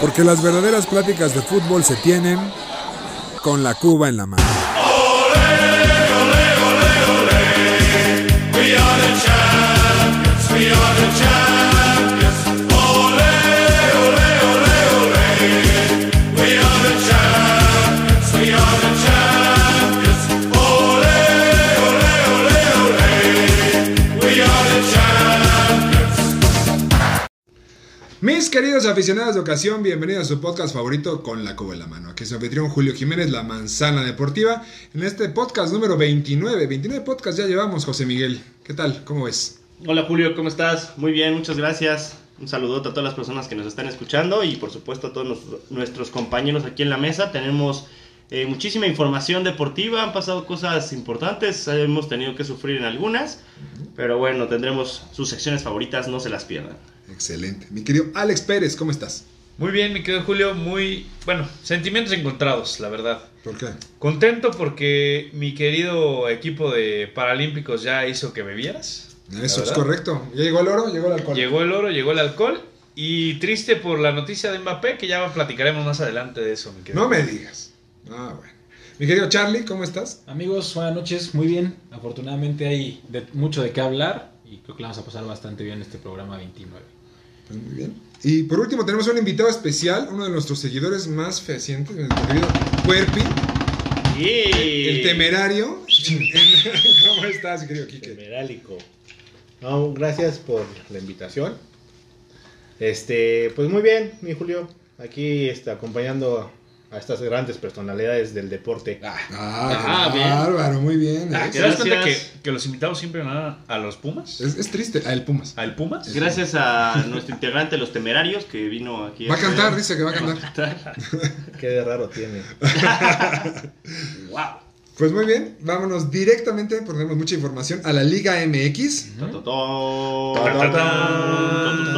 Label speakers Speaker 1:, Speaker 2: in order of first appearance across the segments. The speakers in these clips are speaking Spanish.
Speaker 1: Porque las verdaderas pláticas de fútbol se tienen con la Cuba en la mano. Mis queridos aficionados de ocasión, bienvenidos a su podcast favorito con la cuba en la mano. Aquí es su anfitrión Julio Jiménez, La Manzana Deportiva. En este podcast número 29, 29 podcasts ya llevamos, José Miguel. ¿Qué tal? ¿Cómo ves?
Speaker 2: Hola Julio, ¿cómo estás? Muy bien, muchas gracias. Un saludote a todas las personas que nos están escuchando y por supuesto a todos nos- nuestros compañeros aquí en la mesa. Tenemos eh, muchísima información deportiva, han pasado cosas importantes, eh, hemos tenido que sufrir en algunas, pero bueno, tendremos sus secciones favoritas, no se las pierdan.
Speaker 1: Excelente. Mi querido Alex Pérez, ¿cómo estás?
Speaker 3: Muy bien, mi querido Julio, muy bueno, sentimientos encontrados, la verdad.
Speaker 1: ¿Por qué?
Speaker 3: Contento porque mi querido equipo de Paralímpicos ya hizo que bebieras. la
Speaker 1: Eso es
Speaker 3: verdad.
Speaker 1: correcto. ¿Ya llegó el oro? Llegó el alcohol.
Speaker 3: Llegó el oro, llegó el alcohol y triste por la noticia de Mbappé que ya platicaremos más adelante de eso, mi querido.
Speaker 1: No me digas. Ah, bueno. Mi querido Charlie, ¿cómo estás?
Speaker 4: Amigos, buenas noches, muy bien. Afortunadamente hay de- mucho de qué hablar y creo que la vamos a pasar bastante bien en este programa 29.
Speaker 1: Pues muy bien. Y por último tenemos un invitado especial, uno de nuestros seguidores más fehacientes, nuestro querido Puerpi, el temerario. Eh, ¿Cómo estás, querido Quique?
Speaker 5: Merálico. No, gracias por la invitación. Este, pues muy bien, mi Julio. Aquí está acompañando a estas grandes personalidades del deporte.
Speaker 1: Ah,
Speaker 2: Ah,
Speaker 1: qué
Speaker 2: bien.
Speaker 1: bárbaro, muy bien.
Speaker 3: Ah,
Speaker 1: ¿eh?
Speaker 3: ¿Te das cuenta que,
Speaker 2: Gracias.
Speaker 3: que los invitados siempre van a, a los Pumas?
Speaker 1: Es, es triste. Ah, el Pumas.
Speaker 3: ¿Al Pumas?
Speaker 2: Gracias a nuestro integrante Los Temerarios que vino aquí.
Speaker 1: Va a cantar, dice que va a cantar.
Speaker 5: Qué de raro tiene.
Speaker 2: ¡Wow!
Speaker 1: Pues muy bien, vámonos directamente, porque tenemos mucha información, a la Liga MX.
Speaker 3: Tan, tan, tan.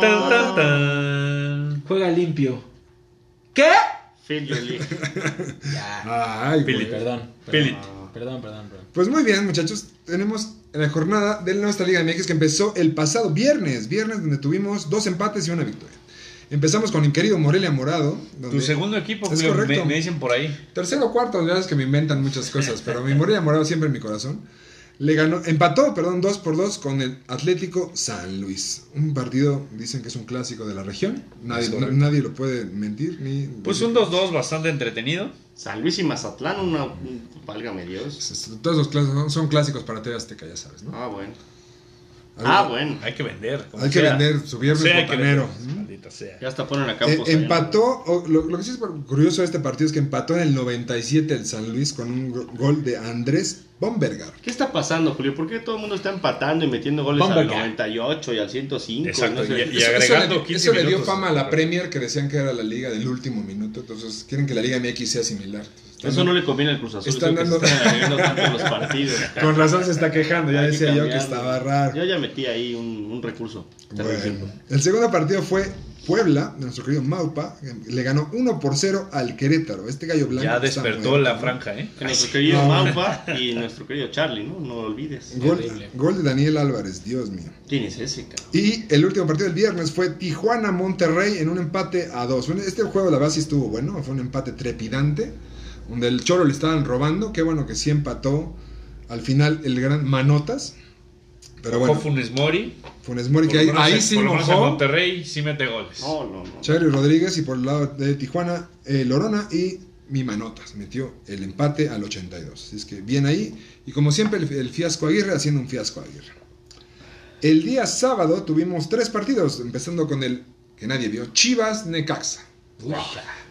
Speaker 3: Tan, tan, tan.
Speaker 4: Juega limpio.
Speaker 3: ¿Qué?
Speaker 2: Phil Jolie.
Speaker 4: Ya.
Speaker 1: Ay, güey.
Speaker 3: Pili.
Speaker 4: Perdón.
Speaker 3: Philip.
Speaker 4: Perdón, perdón, perdón. perdón.
Speaker 1: Pues muy bien, muchachos. Tenemos la jornada de nuestra Liga MX que empezó el pasado viernes. Viernes, donde tuvimos dos empates y una victoria. Empezamos con mi querido Morelia Morado. donde-
Speaker 3: Tu segundo equipo,
Speaker 1: Es
Speaker 3: Julio,
Speaker 1: correcto. Pues
Speaker 3: me, me dicen por ahí.
Speaker 1: Tercero o cuarto, ya es que me inventan muchas cosas, pero mi Morelia Morado siempre en mi corazón. Le ganó, empató, perdón, 2 por 2 con el Atlético San Luis. Un partido, dicen que es un clásico de la región. Nadie,
Speaker 3: Es correcto.
Speaker 1: na- nadie lo puede mentir. Ni,
Speaker 3: Pues un 2-2 bastante entretenido.
Speaker 2: San Luis y Mazatlán, una. un- Válgame Dios.
Speaker 1: Todos los clásicos son, son clásicos para TV Azteca, ya sabes, ¿no?
Speaker 2: Ah, bueno.
Speaker 1: Algo-
Speaker 2: Ah, bueno.
Speaker 3: Hay que vender. como
Speaker 1: Hay que
Speaker 3: sea.
Speaker 1: vender, su viernes
Speaker 3: Sea que
Speaker 1: botanero.
Speaker 3: vender, maldita sea.
Speaker 2: Ya hasta ponen acá.
Speaker 1: Eh, empató, o lo, lo que sí es curioso de este partido es que empató en el 97 el San Luis con un go- gol de Andrés Bombergar.
Speaker 2: ¿Qué está pasando, Julio? ¿Por qué todo el mundo está empatando y metiendo goles
Speaker 4: Bomba
Speaker 2: al
Speaker 4: ya.
Speaker 2: 98 y al 105?
Speaker 3: Exacto,
Speaker 2: No sé.
Speaker 3: Y agregando
Speaker 1: eso le,
Speaker 3: 15
Speaker 1: eso le dio
Speaker 3: minutos.
Speaker 1: fama a la Premier que decían que era la liga del último minuto, entonces quieren que la Liga MX sea similar. Están-
Speaker 2: Eso no le conviene al Cruz Azul.
Speaker 1: Están
Speaker 2: creo que se
Speaker 1: dando-
Speaker 2: están agregando tanto los partidos.
Speaker 1: Con razón se está quejando, ya
Speaker 2: Hay que
Speaker 1: decía yo que
Speaker 2: cambiarlo.
Speaker 1: estaba raro.
Speaker 2: Yo ya metí ahí un, un recurso.
Speaker 1: Bueno, el segundo partido fue Puebla, de nuestro querido Maupa, que le ganó 1 por 0 al Querétaro. Este gallo blanco.
Speaker 3: Ya
Speaker 1: está
Speaker 3: despertó
Speaker 1: muerto,
Speaker 3: la
Speaker 1: ¿no?
Speaker 3: franja, ¿eh?
Speaker 2: Que Nuestro querido
Speaker 1: No.
Speaker 2: Maupa y nuestro querido Charlie, ¿no? No lo olvides.
Speaker 1: Gol,
Speaker 4: Terrible.
Speaker 1: gol de Daniel Álvarez, Dios mío.
Speaker 2: ¿Quién es ese, cabrón?
Speaker 1: Y el último partido del viernes fue Tijuana-Monterrey en un empate a dos. Bueno, este juego, la verdad, sí estuvo bueno. Fue un empate trepidante, donde el Cholo le estaban robando. Qué bueno que sí empató al final el gran Manotas. Pero
Speaker 3: Mojó
Speaker 1: bueno,
Speaker 3: Funes Mori.
Speaker 1: Funes Mori, que
Speaker 3: Por
Speaker 1: ahí,
Speaker 3: lo menos-
Speaker 1: ahí sí
Speaker 3: por lo menos en
Speaker 1: mojó.
Speaker 3: Monterrey sí mete goles.
Speaker 2: No, no, no.
Speaker 1: Charlie Rodríguez y por el lado de Tijuana, eh, Lorona y mi Manotas. Metió el empate al 82. Así es que bien ahí. Y como siempre, el, el fiasco Aguirre haciendo un fiasco Aguirre. El día sábado tuvimos tres partidos, empezando con el que nadie vio, Chivas Necaxa.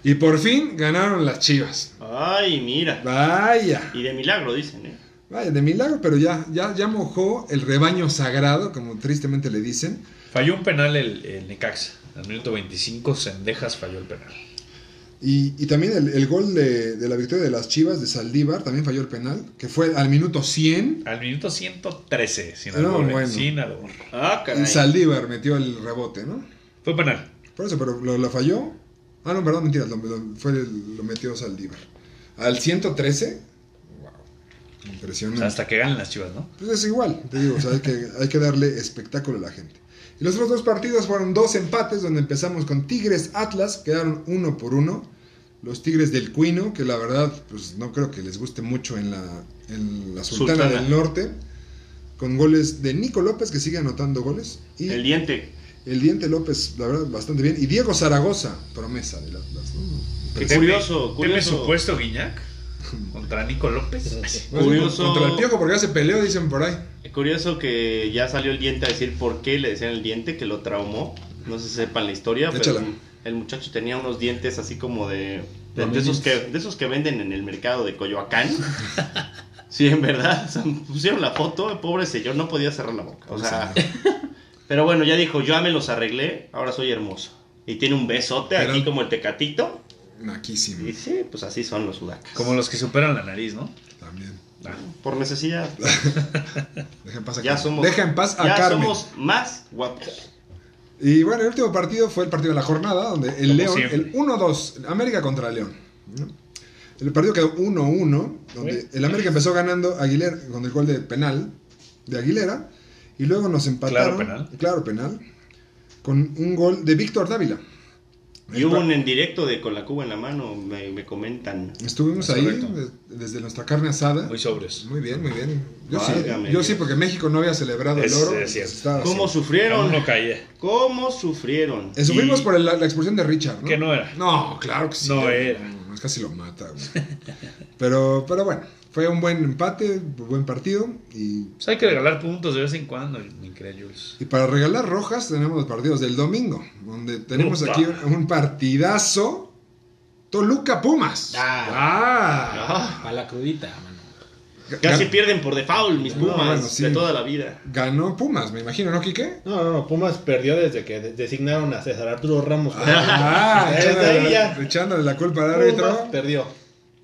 Speaker 1: Y por fin ganaron las Chivas.
Speaker 2: Ay, mira.
Speaker 1: Vaya,
Speaker 2: Y de milagro, dicen, ¿eh?
Speaker 1: vaya, de milagro, pero ya, ya, ya mojó el rebaño sagrado, como tristemente le dicen.
Speaker 3: Falló un penal el, el Necaxa. Al minuto 25, Sendejas falló el penal.
Speaker 1: Y, y también el, el gol de, de la victoria de las Chivas de Saldívar también falló el penal, que fue al minuto 100.
Speaker 3: Al minuto 113, sin
Speaker 1: No,
Speaker 3: albur. eh,
Speaker 1: Ah, bueno.
Speaker 3: Sin albur.
Speaker 2: Ah,
Speaker 1: Y
Speaker 2: caray.
Speaker 1: Saldívar metió el rebote, ¿no?
Speaker 3: Fue penal.
Speaker 1: Por eso, pero lo, lo falló. Ah, no, perdón, mentira, lo, lo- fue el- lo metió Saldívar. Al 113. Impresionante.
Speaker 3: O sea, hasta que ganen las chivas, ¿no?
Speaker 1: Pues es igual, te digo, o sea, hay, que, hay que darle espectáculo a la gente. Y los otros dos partidos fueron dos empates, donde empezamos con Tigres Atlas, quedaron uno por uno. Los Tigres del Cuino, que la verdad, pues no creo que les guste mucho en la, en la Sultana,
Speaker 2: Sultana.
Speaker 1: del Norte, con goles de Nico López, que sigue anotando goles, y
Speaker 2: El
Speaker 1: el,
Speaker 2: diente.
Speaker 1: Diente López, la verdad, bastante bien, y Diego Zaragoza, promesa del Atlas. ¿no?
Speaker 2: Qué
Speaker 1: Impresionante.
Speaker 2: curioso,
Speaker 3: ¿Tiene
Speaker 2: curioso.
Speaker 3: supuesto Guiñac? Contra Nico López.
Speaker 1: Más bien
Speaker 2: curioso-
Speaker 1: Contra el Piojo, porque ya se peleó, dicen por ahí.
Speaker 2: Curioso que ya salió el diente a decir por qué le decían el diente, que lo traumó. No sé si sepan la historia,
Speaker 1: Échala.
Speaker 2: pero el muchacho tenía unos dientes así como de. De, de
Speaker 4: Prominentes.
Speaker 2: esos que, de esos que venden en el mercado de Coyoacán. Sí, en verdad. o sea, pusieron la foto, el pobre señor no podía cerrar la boca. O sea. Pero bueno, ya dijo, yo ya me los arreglé, ahora soy hermoso. Y tiene un besote
Speaker 1: Pero-
Speaker 2: aquí como el tecatito.
Speaker 1: Naquísimo,
Speaker 2: Y sí, pues así son los sudacas.
Speaker 3: Como los que superan la nariz, ¿no?
Speaker 1: también.
Speaker 3: Ah,
Speaker 2: Por necesidad.
Speaker 1: Deja en paz a,
Speaker 2: Ya
Speaker 1: Carmen.
Speaker 2: somos.
Speaker 1: Deja en paz a
Speaker 2: ya
Speaker 1: Carmen.
Speaker 2: somos más guapos.
Speaker 1: Y bueno, el último partido fue el partido de la jornada, donde el
Speaker 3: Como
Speaker 1: León,
Speaker 3: siempre.
Speaker 1: el 1-2, América contra León. ¿no? El partido quedó 1-1, donde el América empezó ganando Aguilera con el gol de penal de Aguilera, y luego nos empataron.
Speaker 3: penal.
Speaker 1: claro, penal, Con un gol de Víctor Dávila.
Speaker 2: Y hubo un en directo de con la cuba en la mano, me, me comentan.
Speaker 1: Estuvimos
Speaker 3: Es
Speaker 1: ahí
Speaker 3: correcto.
Speaker 1: de- desde nuestra carne asada.
Speaker 3: Muy sobrios.
Speaker 1: Muy bien, muy bien. Yo,
Speaker 2: Válgame
Speaker 1: sí, yo
Speaker 2: Dios.
Speaker 1: sí, porque México no había celebrado
Speaker 3: Es-
Speaker 1: el oro.
Speaker 3: es cierto.
Speaker 1: Estaba así.
Speaker 2: ¿Cómo
Speaker 3: Aún
Speaker 2: sufrieron?
Speaker 3: no caía.
Speaker 2: ¿Cómo sufrieron?
Speaker 1: Eh, Sufrimos
Speaker 3: Y-
Speaker 1: por el- la, la expulsión de Richard, ¿no?
Speaker 3: Que no era.
Speaker 1: No, claro que sí.
Speaker 3: No era.
Speaker 1: Mm, Casi lo mata, güey. Pero, pero bueno, fue un buen empate, un buen partido. Y,
Speaker 3: Pues hay que regalar puntos de vez en cuando, increíbles.
Speaker 1: y para regalar rojas tenemos los partidos del domingo, donde tenemos
Speaker 3: Upa.
Speaker 1: aquí un, un partidazo. Toluca Pumas. Ah.
Speaker 2: Ah,
Speaker 4: Para la crudita, mano.
Speaker 2: casi
Speaker 1: Gan-
Speaker 2: pierden por default mis
Speaker 1: No,
Speaker 2: pumas
Speaker 1: bueno, sí.
Speaker 2: de toda la vida.
Speaker 1: Ganó Pumas, me imagino, ¿no, Quique?
Speaker 5: No, no, no, Pumas perdió desde que de- designaron a César Arturo Ramos.
Speaker 1: Ah,
Speaker 5: Desde ahí
Speaker 1: echándole,
Speaker 5: ya.
Speaker 1: la, echándole la culpa al
Speaker 5: Pumas
Speaker 1: árbitro.
Speaker 5: perdió.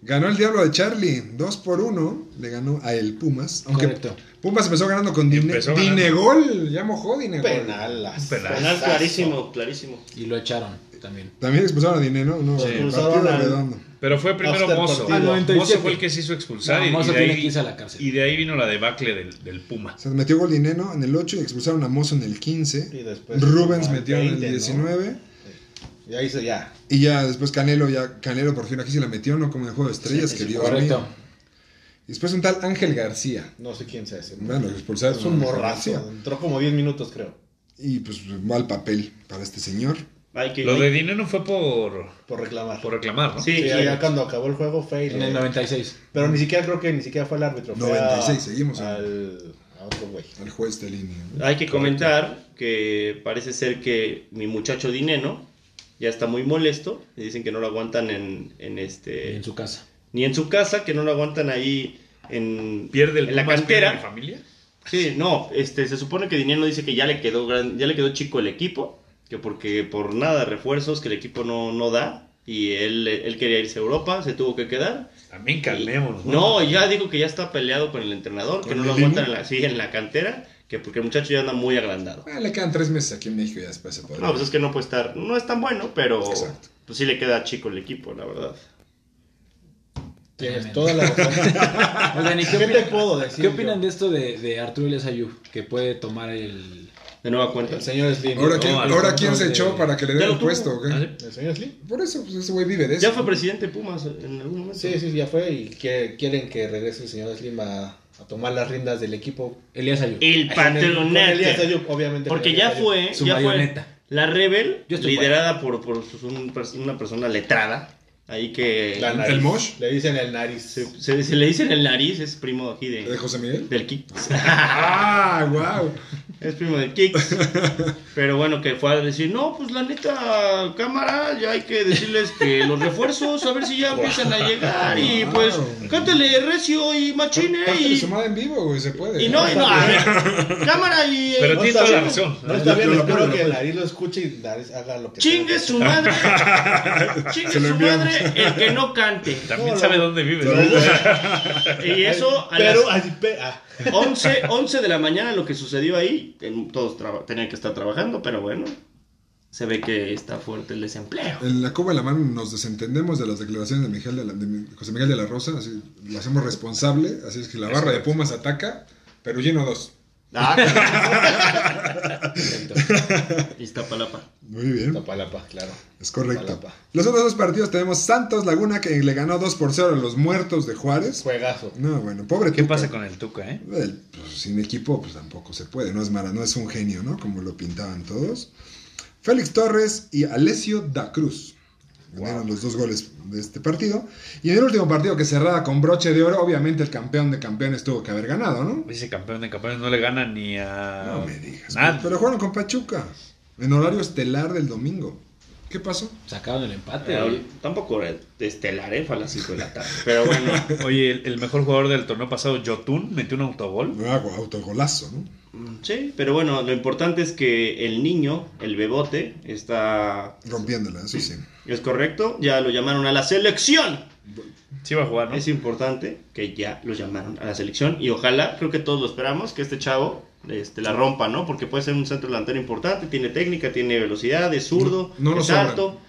Speaker 1: Ganó el Diablo de Charlie, 2 por 1, le ganó a el Pumas. Aunque
Speaker 4: Correcto.
Speaker 1: Pumas empezó ganando con Dine-
Speaker 3: Empezó ganando.
Speaker 1: Dinegol, ya mojó Dinegol.
Speaker 5: Penalazo.
Speaker 3: Penal
Speaker 2: Penal clarísimo, clarísimo.
Speaker 4: Y lo echaron también.
Speaker 1: También expulsaron a Dine, ¿no? No,
Speaker 5: Sí.
Speaker 1: partido
Speaker 5: Expulsaron al-
Speaker 1: redondo.
Speaker 3: Pero fue primero
Speaker 5: Hasta el
Speaker 3: Mozo.
Speaker 5: partido.
Speaker 4: Ah, 97.
Speaker 3: Mozo fue el que se hizo expulsar.
Speaker 4: No,
Speaker 3: y,
Speaker 4: Mozo
Speaker 3: y de
Speaker 4: tiene
Speaker 3: ahí,
Speaker 4: que irse a la cárcel.
Speaker 3: Y de ahí vino la debacle del, del Puma.
Speaker 1: O sea, metió gol Dineno en el 8 y expulsaron a Mozo en el 15.
Speaker 5: Y después-
Speaker 1: Rubens
Speaker 5: al
Speaker 1: metió en
Speaker 5: 20,
Speaker 1: el
Speaker 5: ¿no?
Speaker 1: 19.
Speaker 5: Ya hizo ya.
Speaker 1: Y ya después Canelo, ya Canelo por fin aquí se la metió, no como en el juego de estrellas,
Speaker 5: Sí,
Speaker 1: que
Speaker 5: sí,
Speaker 1: Dios
Speaker 4: Correcto.
Speaker 1: mío. Y después un tal Ángel García.
Speaker 5: No sé quién sea ese.
Speaker 1: Bueno, lo expulsaron.
Speaker 5: es un
Speaker 1: García.
Speaker 5: morrazo. Entró como 10 minutos, creo.
Speaker 1: Y pues mal papel para este señor.
Speaker 2: Hay que,
Speaker 3: Lo de dinero fue por,
Speaker 5: Por reclamar.
Speaker 3: por reclamar, ¿no?
Speaker 2: Sí,
Speaker 5: Sí, ya
Speaker 2: sí.
Speaker 5: cuando acabó el juego fue y
Speaker 4: En
Speaker 5: le-
Speaker 4: el 96.
Speaker 5: Pero ni siquiera creo que ni siquiera fue el árbitro. fue
Speaker 1: 96,
Speaker 5: a-
Speaker 1: seguimos. ¿eh?
Speaker 5: Al, a otro güey.
Speaker 1: Al juez de línea. ¿no?
Speaker 2: Hay que comentar que parece ser que mi muchacho Dineno ya está muy molesto. y Dicen que no lo aguantan en, en este.
Speaker 4: eh, En su casa.
Speaker 2: ni en su casa, que no lo aguantan ahí en,
Speaker 3: Pierde el
Speaker 2: en la
Speaker 3: Pumas, pierde
Speaker 2: cantera.
Speaker 3: la familia.
Speaker 2: Sí, no, este, se supone que Dinero dice que ya le quedó gran- ya le quedó chico el equipo, que porque por nada refuerzos que el equipo no, no da y él, él quería irse a Europa, se tuvo que quedar.
Speaker 3: También calmémonos.
Speaker 2: No, ya digo que ya está peleado con el entrenador, que
Speaker 1: ¿Con
Speaker 2: no lo
Speaker 1: el
Speaker 2: aguantan en
Speaker 1: Lini?
Speaker 2: la, sí, en la cantera, que porque el muchacho ya anda muy agrandado.
Speaker 1: Ah, le quedan tres meses aquí en México y ya después se podrá.
Speaker 5: Ah,
Speaker 2: No, pues es que no puede estar, no es tan bueno, pero
Speaker 1: Exacto.
Speaker 2: pues sí le queda chico el equipo, la verdad.
Speaker 5: Tienes
Speaker 4: Tremendo.
Speaker 5: toda la razón.
Speaker 4: Oigan, ¿y qué,
Speaker 5: ¿Qué te
Speaker 4: opinan,
Speaker 5: puedo decir?
Speaker 4: qué opinan de esto de, de Arturo Elias Ayub? Que puede tomar el.
Speaker 2: De nueva cuenta.
Speaker 5: El señor Slim.
Speaker 1: Ahora,
Speaker 5: No, Este,
Speaker 1: ¿quién,
Speaker 3: No, al
Speaker 1: ahora
Speaker 4: control
Speaker 1: ¿quién se
Speaker 4: de-
Speaker 1: echó para que le
Speaker 2: Ya
Speaker 1: den
Speaker 2: lo
Speaker 1: el
Speaker 2: tuvo.
Speaker 1: puesto? o qué?
Speaker 3: ¿Ah, sí?
Speaker 5: ¿El señor Slim?
Speaker 1: Por eso, pues ese güey vive de eso.
Speaker 2: Ya fue presidente de Pumas en algún momento.
Speaker 5: Sí, sí, ya fue. Y que- quieren que regrese el señor Slim a, a tomar las riendas del equipo.
Speaker 4: Elías Ayub.
Speaker 2: El
Speaker 5: Con el- con
Speaker 2: patronato.
Speaker 5: Elías Ayub, obviamente. con
Speaker 2: Porque
Speaker 5: Elías
Speaker 2: ya
Speaker 5: Ayub.
Speaker 2: fue,
Speaker 4: Su
Speaker 2: ya
Speaker 4: marioneta.
Speaker 2: fue la Rebel,
Speaker 4: Yo estoy
Speaker 2: liderada por, por su- un pers- una persona letrada, ahí que
Speaker 5: La nariz.
Speaker 1: ¿El Mosh?
Speaker 5: Le dicen el nariz.
Speaker 2: se, se- se le dice en el nariz, es primo aquí
Speaker 1: ¿De
Speaker 2: de,
Speaker 1: José Miguel?
Speaker 2: del Kicks,
Speaker 1: ¡Ah, wow!
Speaker 2: es primo del Kicks, pero bueno, que fue a decir, no, pues la neta, cámara, ya hay que decirles que los refuerzos, a ver si ya empiezan a llegar, y pues, cántele recio y machine,
Speaker 1: Pártele su
Speaker 2: y,
Speaker 1: madre en vivo, güey, se puede.
Speaker 2: y no, y no, a ver, cámara y... eh,
Speaker 3: Pero
Speaker 5: No
Speaker 3: tiene
Speaker 5: está
Speaker 3: toda la
Speaker 5: bien.
Speaker 3: razón.
Speaker 5: No está bien,
Speaker 1: Lo pues.
Speaker 5: espero
Speaker 1: apoyo,
Speaker 5: que
Speaker 1: lo
Speaker 5: el nariz lo escuche y nariz haga lo que
Speaker 2: Chingue
Speaker 5: tenga.
Speaker 2: su madre, chingue
Speaker 1: Se lo
Speaker 2: su
Speaker 1: enviamos.
Speaker 2: madre el que no cante.
Speaker 3: También
Speaker 5: No,
Speaker 3: sabe
Speaker 5: no.
Speaker 3: dónde vive.
Speaker 1: Pero-
Speaker 2: Y eso a
Speaker 5: Pero,
Speaker 2: las
Speaker 5: así, pe- ah.
Speaker 2: 11, 11 de la mañana lo que sucedió ahí, en- todos traba- tenían que estar trabajando, pero bueno. se ve que está fuerte el desempleo.
Speaker 1: En la Cuba en la mano nos desentendemos de las declaraciones de, Miguel de, la- de Mi- José Miguel de la Rosa, así, lo hacemos responsable, así es que la barra de Pumas ataca, pero lleno dos.
Speaker 2: Ah,
Speaker 4: Perfecto.
Speaker 2: Iztapalapa.
Speaker 1: Muy bien.
Speaker 5: Tapalapa, claro.
Speaker 1: Es correcto.
Speaker 5: Palapa.
Speaker 1: Los otros dos partidos tenemos Santos Laguna que le ganó 2 por 0 a los muertos de Juárez.
Speaker 5: Juegazo.
Speaker 1: No, bueno, pobre
Speaker 3: ¿Qué
Speaker 1: Tuca.
Speaker 3: pasa con el Tuca, eh?
Speaker 1: El- pues, sin equipo, pues tampoco se puede. No es Mara, no es un genio, ¿no? Como lo pintaban todos. Félix Torres y Alessio Da Cruz ganaron los dos goles de este partido. Y en el último partido que cerrada con broche de oro, obviamente el campeón de campeones tuvo que haber ganado, ¿no?
Speaker 3: Ese campeón de campeones no le gana ni a.
Speaker 1: No me digas.
Speaker 3: Nada.
Speaker 1: Pero jugaron con Pachuca en horario estelar del domingo. ¿Qué pasó?
Speaker 4: Sacaron el empate.
Speaker 2: Pero
Speaker 4: oye.
Speaker 2: tampoco era estelar, ¿eh? Fue a las 5 de la tarde. Pero bueno,
Speaker 3: Oye, el, el mejor jugador del torneo pasado, Jotun, metió un autogol.
Speaker 1: No hago autogolazo, ¿no?
Speaker 2: mm, sí, pero bueno, lo importante es que el niño, el bebote, está.
Speaker 1: Rompiéndola, eso sí.
Speaker 2: Es correcto, ya lo llamaron a la selección.
Speaker 3: Sí va a jugar, ¿no?
Speaker 2: Es importante que ya lo llamaron a la selección y ojalá, creo que todos lo esperamos, que este chavo este, la rompa, ¿no? Porque puede ser un centro delantero importante, tiene técnica, tiene velocidad, es zurdo,
Speaker 1: No- no nos
Speaker 2: es alto,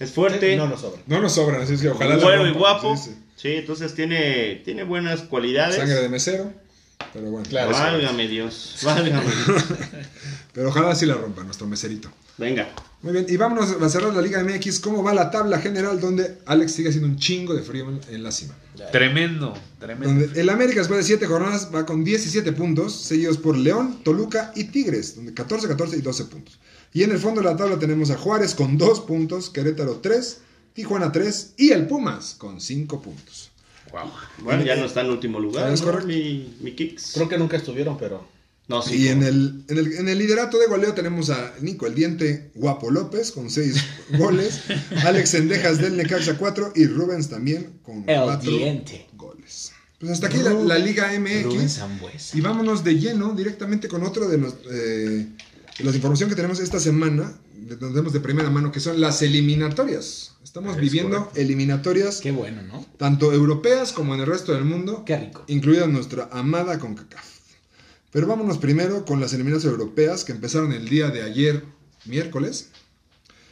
Speaker 2: es fuerte.
Speaker 5: No nos sobra.
Speaker 1: No nos sobran, así es que ojalá. la
Speaker 2: Güero y
Speaker 1: rompan,
Speaker 2: guapo.
Speaker 1: sí,
Speaker 2: Sí,
Speaker 1: sí.
Speaker 2: entonces tiene, tiene buenas cualidades.
Speaker 1: Sangre de mesero. Pero bueno.
Speaker 5: Claro.
Speaker 2: Válgame Dios, válgame Dios.
Speaker 1: Pero ojalá sí la rompa nuestro meserito.
Speaker 2: Venga,
Speaker 1: Muy bien, y vámonos a cerrar la Liga MX. ¿Cómo va la tabla general donde Alex sigue haciendo un chingo de frío en- en la cima?
Speaker 3: Tremendo, tremendo.
Speaker 1: Donde el América después de 7 jornadas va con 17 puntos, seguidos por León, Toluca y Tigres, donde 14, 14 y 12 puntos. Y en el fondo de la tabla tenemos a Juárez con 2 puntos, Querétaro 3, Tijuana 3 y el Pumas con 5 puntos.
Speaker 3: Guau.
Speaker 2: bueno, ya no está en último lugar,
Speaker 1: Es
Speaker 2: ¿no?
Speaker 1: correcto.
Speaker 2: mi, mi Kicks.
Speaker 5: Creo que nunca estuvieron, pero.
Speaker 2: No, sí.
Speaker 1: Y en
Speaker 2: no.
Speaker 1: el, en, el, en el liderato de goleo tenemos a Nico el Diente Guapo López con 6 goles, Alex Endejas del Necaxa 4 y Rubens también con
Speaker 4: El
Speaker 1: 4
Speaker 4: Diente.
Speaker 1: goles. Pues hasta aquí la, la Liga
Speaker 4: Rubén
Speaker 1: MX.
Speaker 4: Sambuesa.
Speaker 1: Y vámonos de lleno directamente con otra de, los, eh, de las información que tenemos esta semana, de- donde tenemos de primera mano, que son las eliminatorias. Estamos
Speaker 3: Es
Speaker 1: viviendo
Speaker 3: correcto.
Speaker 1: eliminatorias
Speaker 4: Qué bueno, ¿no?
Speaker 1: tanto europeas como en el resto del mundo,
Speaker 4: Qué rico.
Speaker 1: incluida nuestra amada CONCACAF. Pero vámonos primero con las eliminatorias europeas que empezaron el día de ayer, miércoles,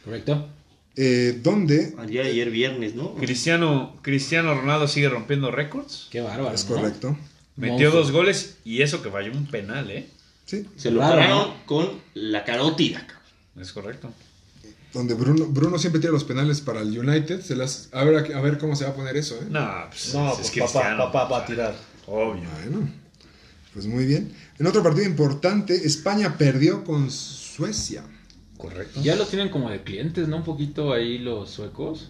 Speaker 4: Correcto.
Speaker 1: eh, donde
Speaker 2: Ayer, ayer viernes, ¿no?
Speaker 3: Cristiano, Cristiano Ronaldo sigue rompiendo récords.
Speaker 4: Qué bárbaro.
Speaker 1: es
Speaker 4: ¿no?
Speaker 1: correcto.
Speaker 3: Metió
Speaker 4: Monstruo.
Speaker 3: dos goles y eso que falló un penal, ¿eh?
Speaker 1: Sí,
Speaker 2: Se lo
Speaker 4: Raro,
Speaker 2: pararon con la carótida. cabrón.
Speaker 3: Es correcto.
Speaker 1: donde Bruno, Bruno siempre tira los penales para el United. Se las, a, ver, a ver cómo se va a poner eso. ¿eh?
Speaker 3: No, pues,
Speaker 5: No,
Speaker 3: es
Speaker 5: pues papá,
Speaker 3: Cristiano.
Speaker 5: papá va
Speaker 3: o
Speaker 5: a
Speaker 3: sea,
Speaker 5: tirar.
Speaker 3: Obvio.
Speaker 1: Bueno, pues muy bien. En otro partido importante, España perdió con Suecia.
Speaker 3: Correcto.
Speaker 4: Ya los tienen como de clientes, ¿no? Un poquito ahí los suecos.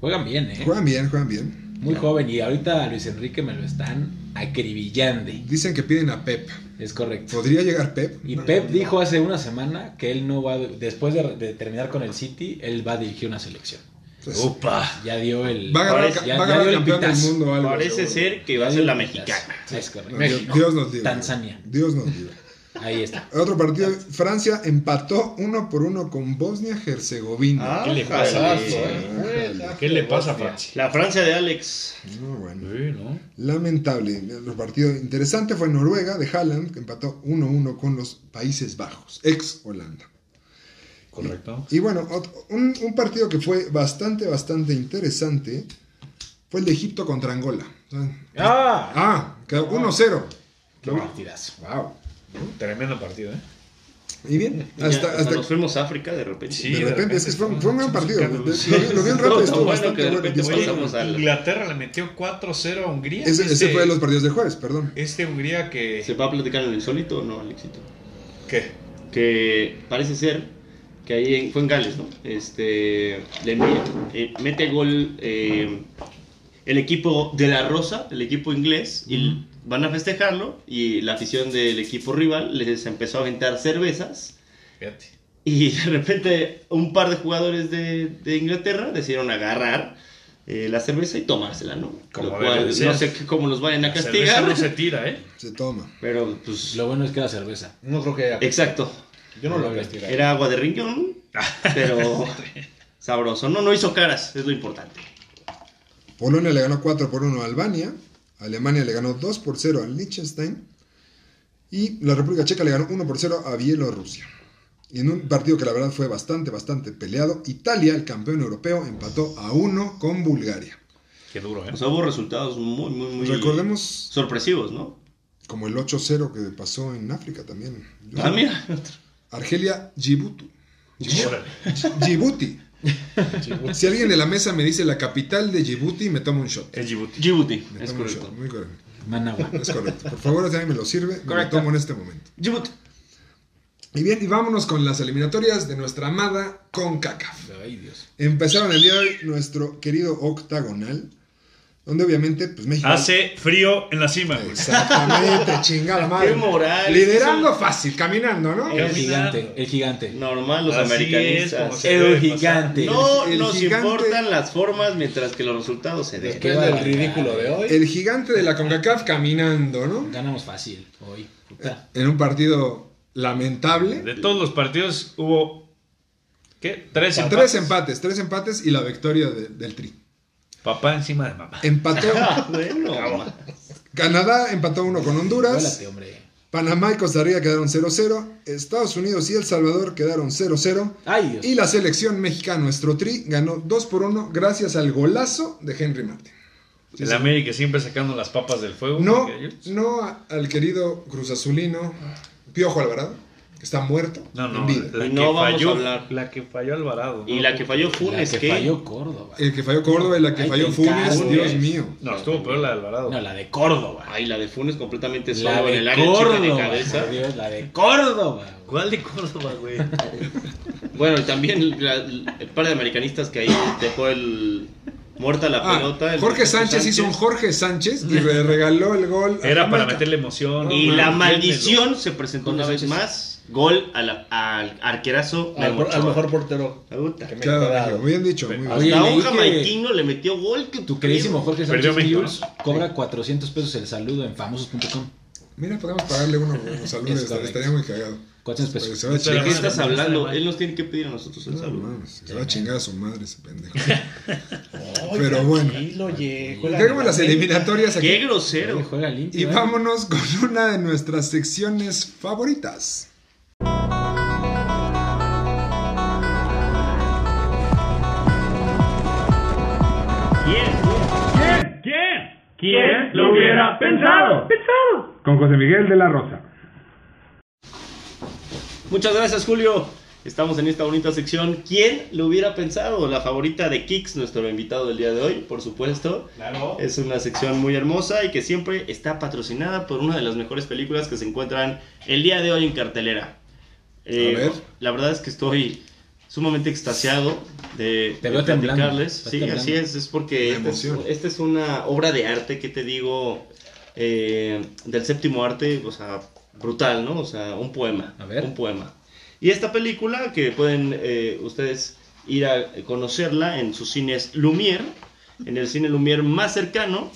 Speaker 4: Juegan bien, ¿eh?
Speaker 1: Juegan bien, juegan bien.
Speaker 4: Muy joven. Y ahorita a Luis Enrique me lo están acribillando.
Speaker 1: Dicen que piden a Pep.
Speaker 4: Es correcto.
Speaker 1: ¿Podría llegar Pep?
Speaker 4: Y Pep dijo hace una semana que él no va, después de, de terminar con el City, él va a dirigir una selección.
Speaker 1: Pues,
Speaker 3: Upa.
Speaker 4: Ya dio el...
Speaker 1: va a ganar,
Speaker 2: Parece-
Speaker 1: va a
Speaker 4: ya- ya
Speaker 1: ganar
Speaker 4: dio el
Speaker 1: campeón del
Speaker 4: pitazo.
Speaker 1: mundo o algo.
Speaker 2: Parece
Speaker 1: seguro.
Speaker 2: ser que
Speaker 4: ya
Speaker 2: va a
Speaker 4: dio
Speaker 2: ser
Speaker 4: el
Speaker 2: la
Speaker 4: pitazo.
Speaker 2: mexicana.
Speaker 4: Es
Speaker 1: No,
Speaker 4: correcto.
Speaker 1: Dios, Dios nos libre.
Speaker 4: Tanzania.
Speaker 1: Dios nos libre.
Speaker 4: Ahí está.
Speaker 1: Otro partido, Francia empató uno por uno con
Speaker 2: Ah,
Speaker 4: Ah.
Speaker 1: Bosnia-Herzegovina.
Speaker 3: ¿Qué le
Speaker 2: Ájale.
Speaker 3: pasa?
Speaker 5: ¿eh?
Speaker 3: ¿Qué le pasa a Francia?
Speaker 2: La Francia de Alex.
Speaker 1: No, bueno.
Speaker 3: Sí, ¿no?
Speaker 1: Lamentable. Otro partido interesante fue Noruega de Haaland, que empató 1-1 con los Países Bajos, ex Holanda.
Speaker 3: Correcto.
Speaker 1: Y bueno, ot- un, un partido que fue bastante, bastante interesante fue el de Egipto contra Angola.
Speaker 5: ¡Ah!
Speaker 1: Ah, quedó 1-0.
Speaker 4: Qué partidazo.
Speaker 1: Wow.
Speaker 3: Tremendo partido, ¿eh?
Speaker 1: Y bien,
Speaker 2: Ya,
Speaker 1: hasta,
Speaker 2: hasta
Speaker 1: hasta
Speaker 2: Nos fuimos a África de repente.
Speaker 3: Sí.
Speaker 1: de, repente, es que fue, un- fue un gran partido.
Speaker 3: Claro,
Speaker 1: De-
Speaker 3: sí.
Speaker 1: lo, vi- lo vi en
Speaker 2: Todo
Speaker 1: rápido, estuvo
Speaker 2: tan bueno
Speaker 1: bastante
Speaker 2: que de
Speaker 1: bueno.
Speaker 2: repente,
Speaker 1: Disculpa.
Speaker 2: oye, Pasamos al-
Speaker 3: Inglaterra le metió 4-0 a Hungría.
Speaker 1: Ese,
Speaker 3: ¿viste?
Speaker 1: ese fue de los partidos de jueves, perdón.
Speaker 3: Este Hungría que...
Speaker 2: ¿Se va a platicar en el solito o no, Alexito?
Speaker 3: ¿Qué?
Speaker 2: Que parece ser que ahí en- fue en Gales, ¿no? Este, le envía- eh, mete gol eh, el equipo de la Rosa, el equipo inglés, y van a festejarlo. Y la afición del equipo rival les empezó a aventar cervezas.
Speaker 3: Fíjate.
Speaker 2: Y de repente un par de jugadores de, de Inglaterra decidieron agarrar eh, la cerveza y tomársela, ¿no?
Speaker 3: Como
Speaker 2: Lo
Speaker 3: debe
Speaker 2: cual,
Speaker 3: de ser.
Speaker 2: no sé qué- cómo nos vayan a
Speaker 3: La cerveza
Speaker 2: castigar.
Speaker 3: no se tira, ¿eh?
Speaker 1: Se toma.
Speaker 2: Pero pues...
Speaker 4: Lo bueno es que era cerveza.
Speaker 5: No creo que.
Speaker 3: Eh,
Speaker 2: Exacto.
Speaker 5: Yo no lo castigaría.
Speaker 2: Era agua de riñón, pero sabroso. No, no hizo caras, es lo importante.
Speaker 1: Polonia le ganó 4 por 1 a Albania. Alemania le ganó 2 por 0 al Liechtenstein. Y la República Checa le ganó 1 por 0 a Bielorrusia. Y en un partido que la verdad fue bastante, bastante peleado, Italia, el campeón europeo, empató a uno con Bulgaria.
Speaker 3: Qué duro, ¿eh?
Speaker 2: O sea, hubo resultados muy, muy, muy
Speaker 1: Recordemos
Speaker 2: sorpresivos, ¿no?
Speaker 1: como el 8-0 que pasó en África también.
Speaker 2: Ah, mira.
Speaker 1: Argelia, Djibouti.
Speaker 3: Órale.
Speaker 1: Djibouti. Si alguien de la mesa me dice la capital de Djibouti, me tomo un shot.
Speaker 3: Es Djibouti.
Speaker 2: Djibouti,
Speaker 1: Me
Speaker 2: es
Speaker 1: tomo un
Speaker 2: correcto.
Speaker 1: shot. Muy correcto.
Speaker 4: Managua.
Speaker 1: Es correcto. Por favor, si alguien me lo sirve, me lo
Speaker 3: Correcto.
Speaker 1: tomo en este momento.
Speaker 2: Djibouti.
Speaker 1: Y bien, y vámonos con las eliminatorias de nuestra amada CONCACAF.
Speaker 4: Ay, Dios.
Speaker 1: Empezaron el día de hoy nuestro querido octagonal, donde obviamente, pues México.
Speaker 2: Ah,
Speaker 6: Hace frío en la cima, güey.
Speaker 1: Exactamente, chingada madre.
Speaker 2: Qué moral.
Speaker 1: Liderando fácil, caminando, ¿no?
Speaker 4: El
Speaker 6: Caminando.
Speaker 4: gigante, el gigante.
Speaker 2: Normal los
Speaker 6: Así es, como
Speaker 2: americanistas.
Speaker 6: se
Speaker 4: El
Speaker 6: debe
Speaker 4: gigante.
Speaker 2: No
Speaker 1: El
Speaker 2: nos
Speaker 1: gigante-
Speaker 2: importan las formas mientras que los resultados se den.
Speaker 5: Después
Speaker 4: va
Speaker 5: del
Speaker 4: la
Speaker 5: ridículo
Speaker 4: cara,
Speaker 5: de
Speaker 4: eh.
Speaker 5: hoy.
Speaker 1: El gigante de la CONCACAF caminando, ¿no?
Speaker 4: Ganamos fácil hoy. Puta.
Speaker 1: En un partido lamentable.
Speaker 6: De todos los partidos hubo. ¿Qué? Tres empates.
Speaker 1: Tres empates, tres empates y la victoria de- del Tri.
Speaker 6: Papá encima de mamá.
Speaker 1: Empató.
Speaker 2: Bueno, ma.
Speaker 1: Canadá empató uno con Honduras.
Speaker 4: Vuélate, hombre.
Speaker 1: Panamá y Costa Rica quedaron 0-0. Estados Unidos y El Salvador quedaron 0-0.
Speaker 4: Ay, Dios.
Speaker 1: Y la selección mexicana, nuestro tri, ganó 2 por 1 gracias al golazo de Henry Martin.
Speaker 6: el América siempre sacando las papas del fuego.
Speaker 1: No,
Speaker 6: porque ellos-
Speaker 1: no a- al querido Cruz Azulino Piojo Alvarado, que está muerto.
Speaker 6: No,
Speaker 1: en
Speaker 6: no.
Speaker 1: vida.
Speaker 6: La
Speaker 2: Y
Speaker 6: que
Speaker 2: no vamos a
Speaker 6: falló,
Speaker 2: hablar.
Speaker 6: La que falló Alvarado.
Speaker 2: Y
Speaker 6: ¿no?
Speaker 2: la que falló
Speaker 4: La
Speaker 2: Funes,
Speaker 4: que
Speaker 2: ¿qué?
Speaker 4: falló Córdoba.
Speaker 1: El que falló Córdoba y la que
Speaker 4: Ay,
Speaker 1: falló
Speaker 4: te
Speaker 1: Funes,
Speaker 4: encargo,
Speaker 1: Dios
Speaker 4: eh.
Speaker 1: mío.
Speaker 6: No, estuvo peor la de Alvarado.
Speaker 4: No, la de Córdoba.
Speaker 2: Ay, la de Funes completamente
Speaker 4: La
Speaker 2: solo en el
Speaker 4: de
Speaker 2: área chica de
Speaker 4: Córdoba.
Speaker 2: cabeza.
Speaker 4: por Dios, la de Córdoba. güey.
Speaker 6: ¿Cuál de Córdoba, güey?
Speaker 2: Bueno, y también la- el par de americanistas que ahí dejó el muerta la
Speaker 1: Ah,
Speaker 2: pelota. el-
Speaker 1: Jorge Sánchez hizo un Jorge Sánchez y le regaló el gol. a
Speaker 6: Era para
Speaker 1: Jamaica.
Speaker 6: meterle emoción.
Speaker 2: Y
Speaker 6: No,
Speaker 2: la
Speaker 6: entiéndelo.
Speaker 2: maldición se presentó
Speaker 4: Jorge
Speaker 2: una vez
Speaker 4: Sánchez.
Speaker 2: más. Gol a la- al arquerazo.
Speaker 5: Al,
Speaker 2: Memo
Speaker 5: por- al
Speaker 2: Ochoa.
Speaker 5: mejor portero.
Speaker 2: Puta.
Speaker 5: que me
Speaker 1: Claro,
Speaker 5: ha dado.
Speaker 1: México, bien dicho. Muy
Speaker 4: Oye,
Speaker 1: bien.
Speaker 2: Hasta
Speaker 4: leí
Speaker 2: un
Speaker 4: que
Speaker 2: jamaiquino le metió gol. Que
Speaker 4: Tu queridísimo Jorge
Speaker 6: Perdió
Speaker 4: Sánchez
Speaker 6: México,
Speaker 4: Hughes cobra 400 pesos el saludo en famosos.com.
Speaker 1: Mira, podemos pagarle uno, un saludo,
Speaker 4: Es Pues,
Speaker 1: est-
Speaker 4: correcto.
Speaker 1: estaría muy cagado.
Speaker 4: 400
Speaker 1: Pero
Speaker 4: pesos.
Speaker 1: se va a
Speaker 6: Espera,
Speaker 2: ¿De
Speaker 1: chingar.
Speaker 2: qué estás
Speaker 6: No, no, no,
Speaker 2: hablando?
Speaker 6: no.
Speaker 2: Él nos tiene que pedir a nosotros el
Speaker 1: No,
Speaker 2: saludo.
Speaker 1: mames, se va a chingar a su madre ese pendejo.
Speaker 5: Ay,
Speaker 1: Pero bueno.
Speaker 5: tranquilo, oye, juega
Speaker 1: Dejemos
Speaker 5: la
Speaker 1: las
Speaker 5: América.
Speaker 1: eliminatorias
Speaker 2: Qué
Speaker 1: aquí.
Speaker 4: Pero
Speaker 2: grosero.
Speaker 4: juega
Speaker 1: Y
Speaker 4: limpio. eh.
Speaker 1: vámonos con una de nuestras secciones favoritas.
Speaker 7: ¿Quién? ¿Quién? ¿Quién lo hubiera pensado? Pensado. Con José Miguel de la Rosa.
Speaker 2: Muchas gracias, Julio. Estamos en esta bonita sección. ¿Quién lo hubiera pensado? La favorita de Kix, nuestro invitado del día de hoy, por supuesto.
Speaker 6: Claro.
Speaker 2: Es una sección muy hermosa y que siempre está patrocinada por una de las mejores películas que se encuentran el día de hoy en cartelera. Eh,
Speaker 1: A ver.
Speaker 2: La verdad es que estoy sumamente extasiado de,
Speaker 4: Te
Speaker 2: de
Speaker 4: veo temblando,
Speaker 2: platicarles.
Speaker 4: estás
Speaker 2: Sí,
Speaker 4: temblando.
Speaker 2: así es, es porque
Speaker 1: La
Speaker 2: esta es,
Speaker 1: emoción.
Speaker 2: esta es una obra de arte, que te digo? Eh, del séptimo arte, o sea, brutal, ¿no? O sea, un poema.
Speaker 4: A ver.
Speaker 2: Un poema. Y esta película, que pueden eh, ustedes ir a conocerla en sus cines Lumière, en el cine Lumière más cercano,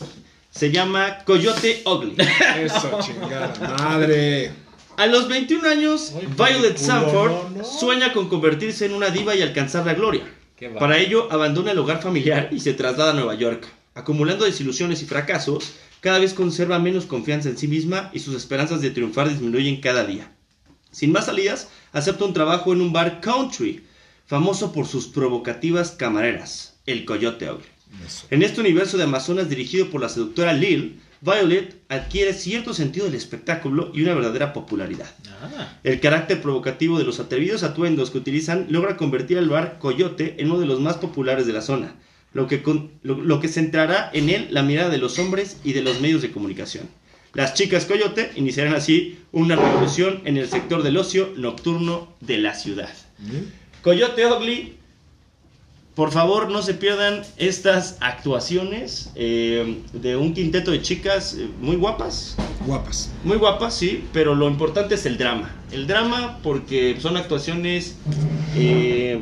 Speaker 2: se llama Coyote Ugly.
Speaker 1: Eso, chingada madre.
Speaker 2: A los 21 años,
Speaker 5: Ay,
Speaker 2: Violet
Speaker 5: peliculón,
Speaker 2: Sanford
Speaker 5: no, no.
Speaker 2: sueña con convertirse en una diva y alcanzar la gloria.
Speaker 3: Qué va.
Speaker 2: Para ello, abandona el hogar familiar y se traslada a Nueva York. Acumulando desilusiones y fracasos, cada vez conserva menos confianza en sí misma y sus esperanzas de triunfar disminuyen cada día. Sin más salidas, acepta un trabajo en un bar country, famoso por sus provocativas camareras, el Coyote Ugly.
Speaker 1: Eso.
Speaker 2: En este universo de Amazonas dirigido por la seductora Lil, Violet adquiere cierto sentido del espectáculo y una verdadera popularidad.
Speaker 4: Ah,
Speaker 2: El carácter provocativo de los atrevidos atuendos que utilizan logra convertir al bar Coyote en uno de los más populares de la zona, lo que, con- lo- lo que centrará en él la mirada de los hombres y de los medios de comunicación. Las chicas Coyote iniciarán así una revolución en el sector del ocio nocturno de la ciudad. Coyote Ugly, por favor no se pierdan estas actuaciones eh, de un quinteto de chicas eh, muy guapas,
Speaker 1: Guapas.
Speaker 2: muy guapa, sí, pero lo importante es el drama. El drama porque son actuaciones eh,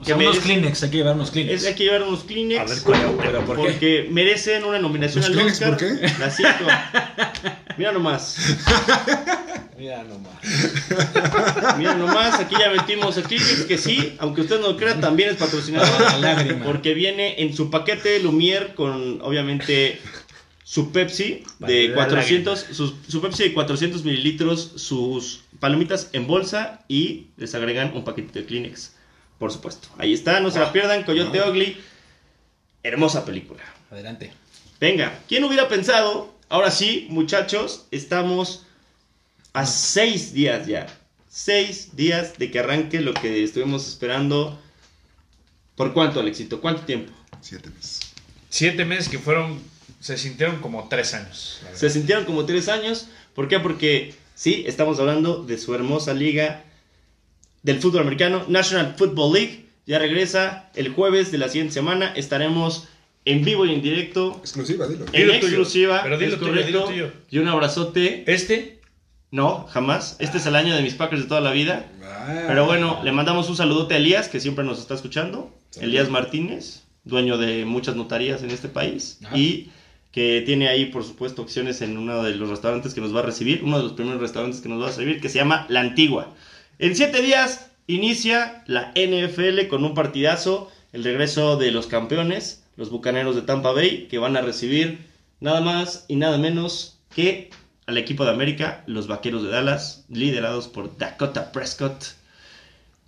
Speaker 4: o sea,
Speaker 2: que
Speaker 4: unos
Speaker 2: merecen-
Speaker 4: Kleenex, hay que llevar unos Kleenex.
Speaker 2: es- hay que llevar unos Kleenex.
Speaker 6: A ver, ¿cuál?
Speaker 4: Pero ¿por qué?
Speaker 2: porque merecen una nominación
Speaker 1: ¿Los
Speaker 2: al
Speaker 1: Kleenex
Speaker 2: Oscar.
Speaker 1: por qué?
Speaker 2: La siento. Mira nomás.
Speaker 5: Mira nomás.
Speaker 2: Mira nomás, aquí ya metimos el Kleenex que sí, aunque usted no lo crea, también es patrocinador.
Speaker 4: La lágrima.
Speaker 2: Porque viene en su paquete Lumière con obviamente su Pepsi
Speaker 3: Para
Speaker 2: de
Speaker 3: la
Speaker 2: 400, sus- su Pepsi de 400 mililitros, sus palomitas en bolsa y les agregan un paquetito de Kleenex, por supuesto. Ahí está, no se la pierdan, Coyote Ugly, hermosa película.
Speaker 4: Adelante.
Speaker 2: Venga, ¿quién hubiera pensado? Ahora sí, muchachos, estamos a seis días ya. Seis días de que arranque lo que estuvimos esperando. ¿Por cuánto, Alexito? ¿Cuánto tiempo?
Speaker 1: Siete meses.
Speaker 3: Siete meses que fueron, se sintieron como tres años. la verdad.
Speaker 2: Se sintieron como tres años. ¿Por qué? Porque sí, estamos hablando de su hermosa liga del fútbol americano, National Football League. Ya regresa el jueves de la siguiente semana. Estaremos en vivo y en directo.
Speaker 1: Exclusiva, dilo.
Speaker 2: En
Speaker 3: Dilo tuyo,
Speaker 2: exclusiva.
Speaker 3: pero dilo
Speaker 2: es
Speaker 3: tuyo, dilo
Speaker 2: correcto.
Speaker 3: tuyo.
Speaker 2: Y un abrazote.
Speaker 3: Este,
Speaker 2: No, jamás. Este es el año de mis Packers de toda la vida.
Speaker 1: Ah.
Speaker 2: Pero bueno, le mandamos un saludote a Elías, que siempre nos está escuchando. Elías Martínez, dueño de muchas notarías en este país.
Speaker 4: Ajá.
Speaker 2: Y que tiene ahí, por supuesto, opciones en uno de los restaurantes que nos va a recibir. Uno de los primeros restaurantes que nos va a servir, que se llama La Antigua. En siete días inicia la NFL con un partidazo. El regreso de los campeones, los bucaneros de Tampa Bay, que van a recibir nada más y nada menos que al equipo de América, los vaqueros de Dallas, liderados por Dakota Prescott.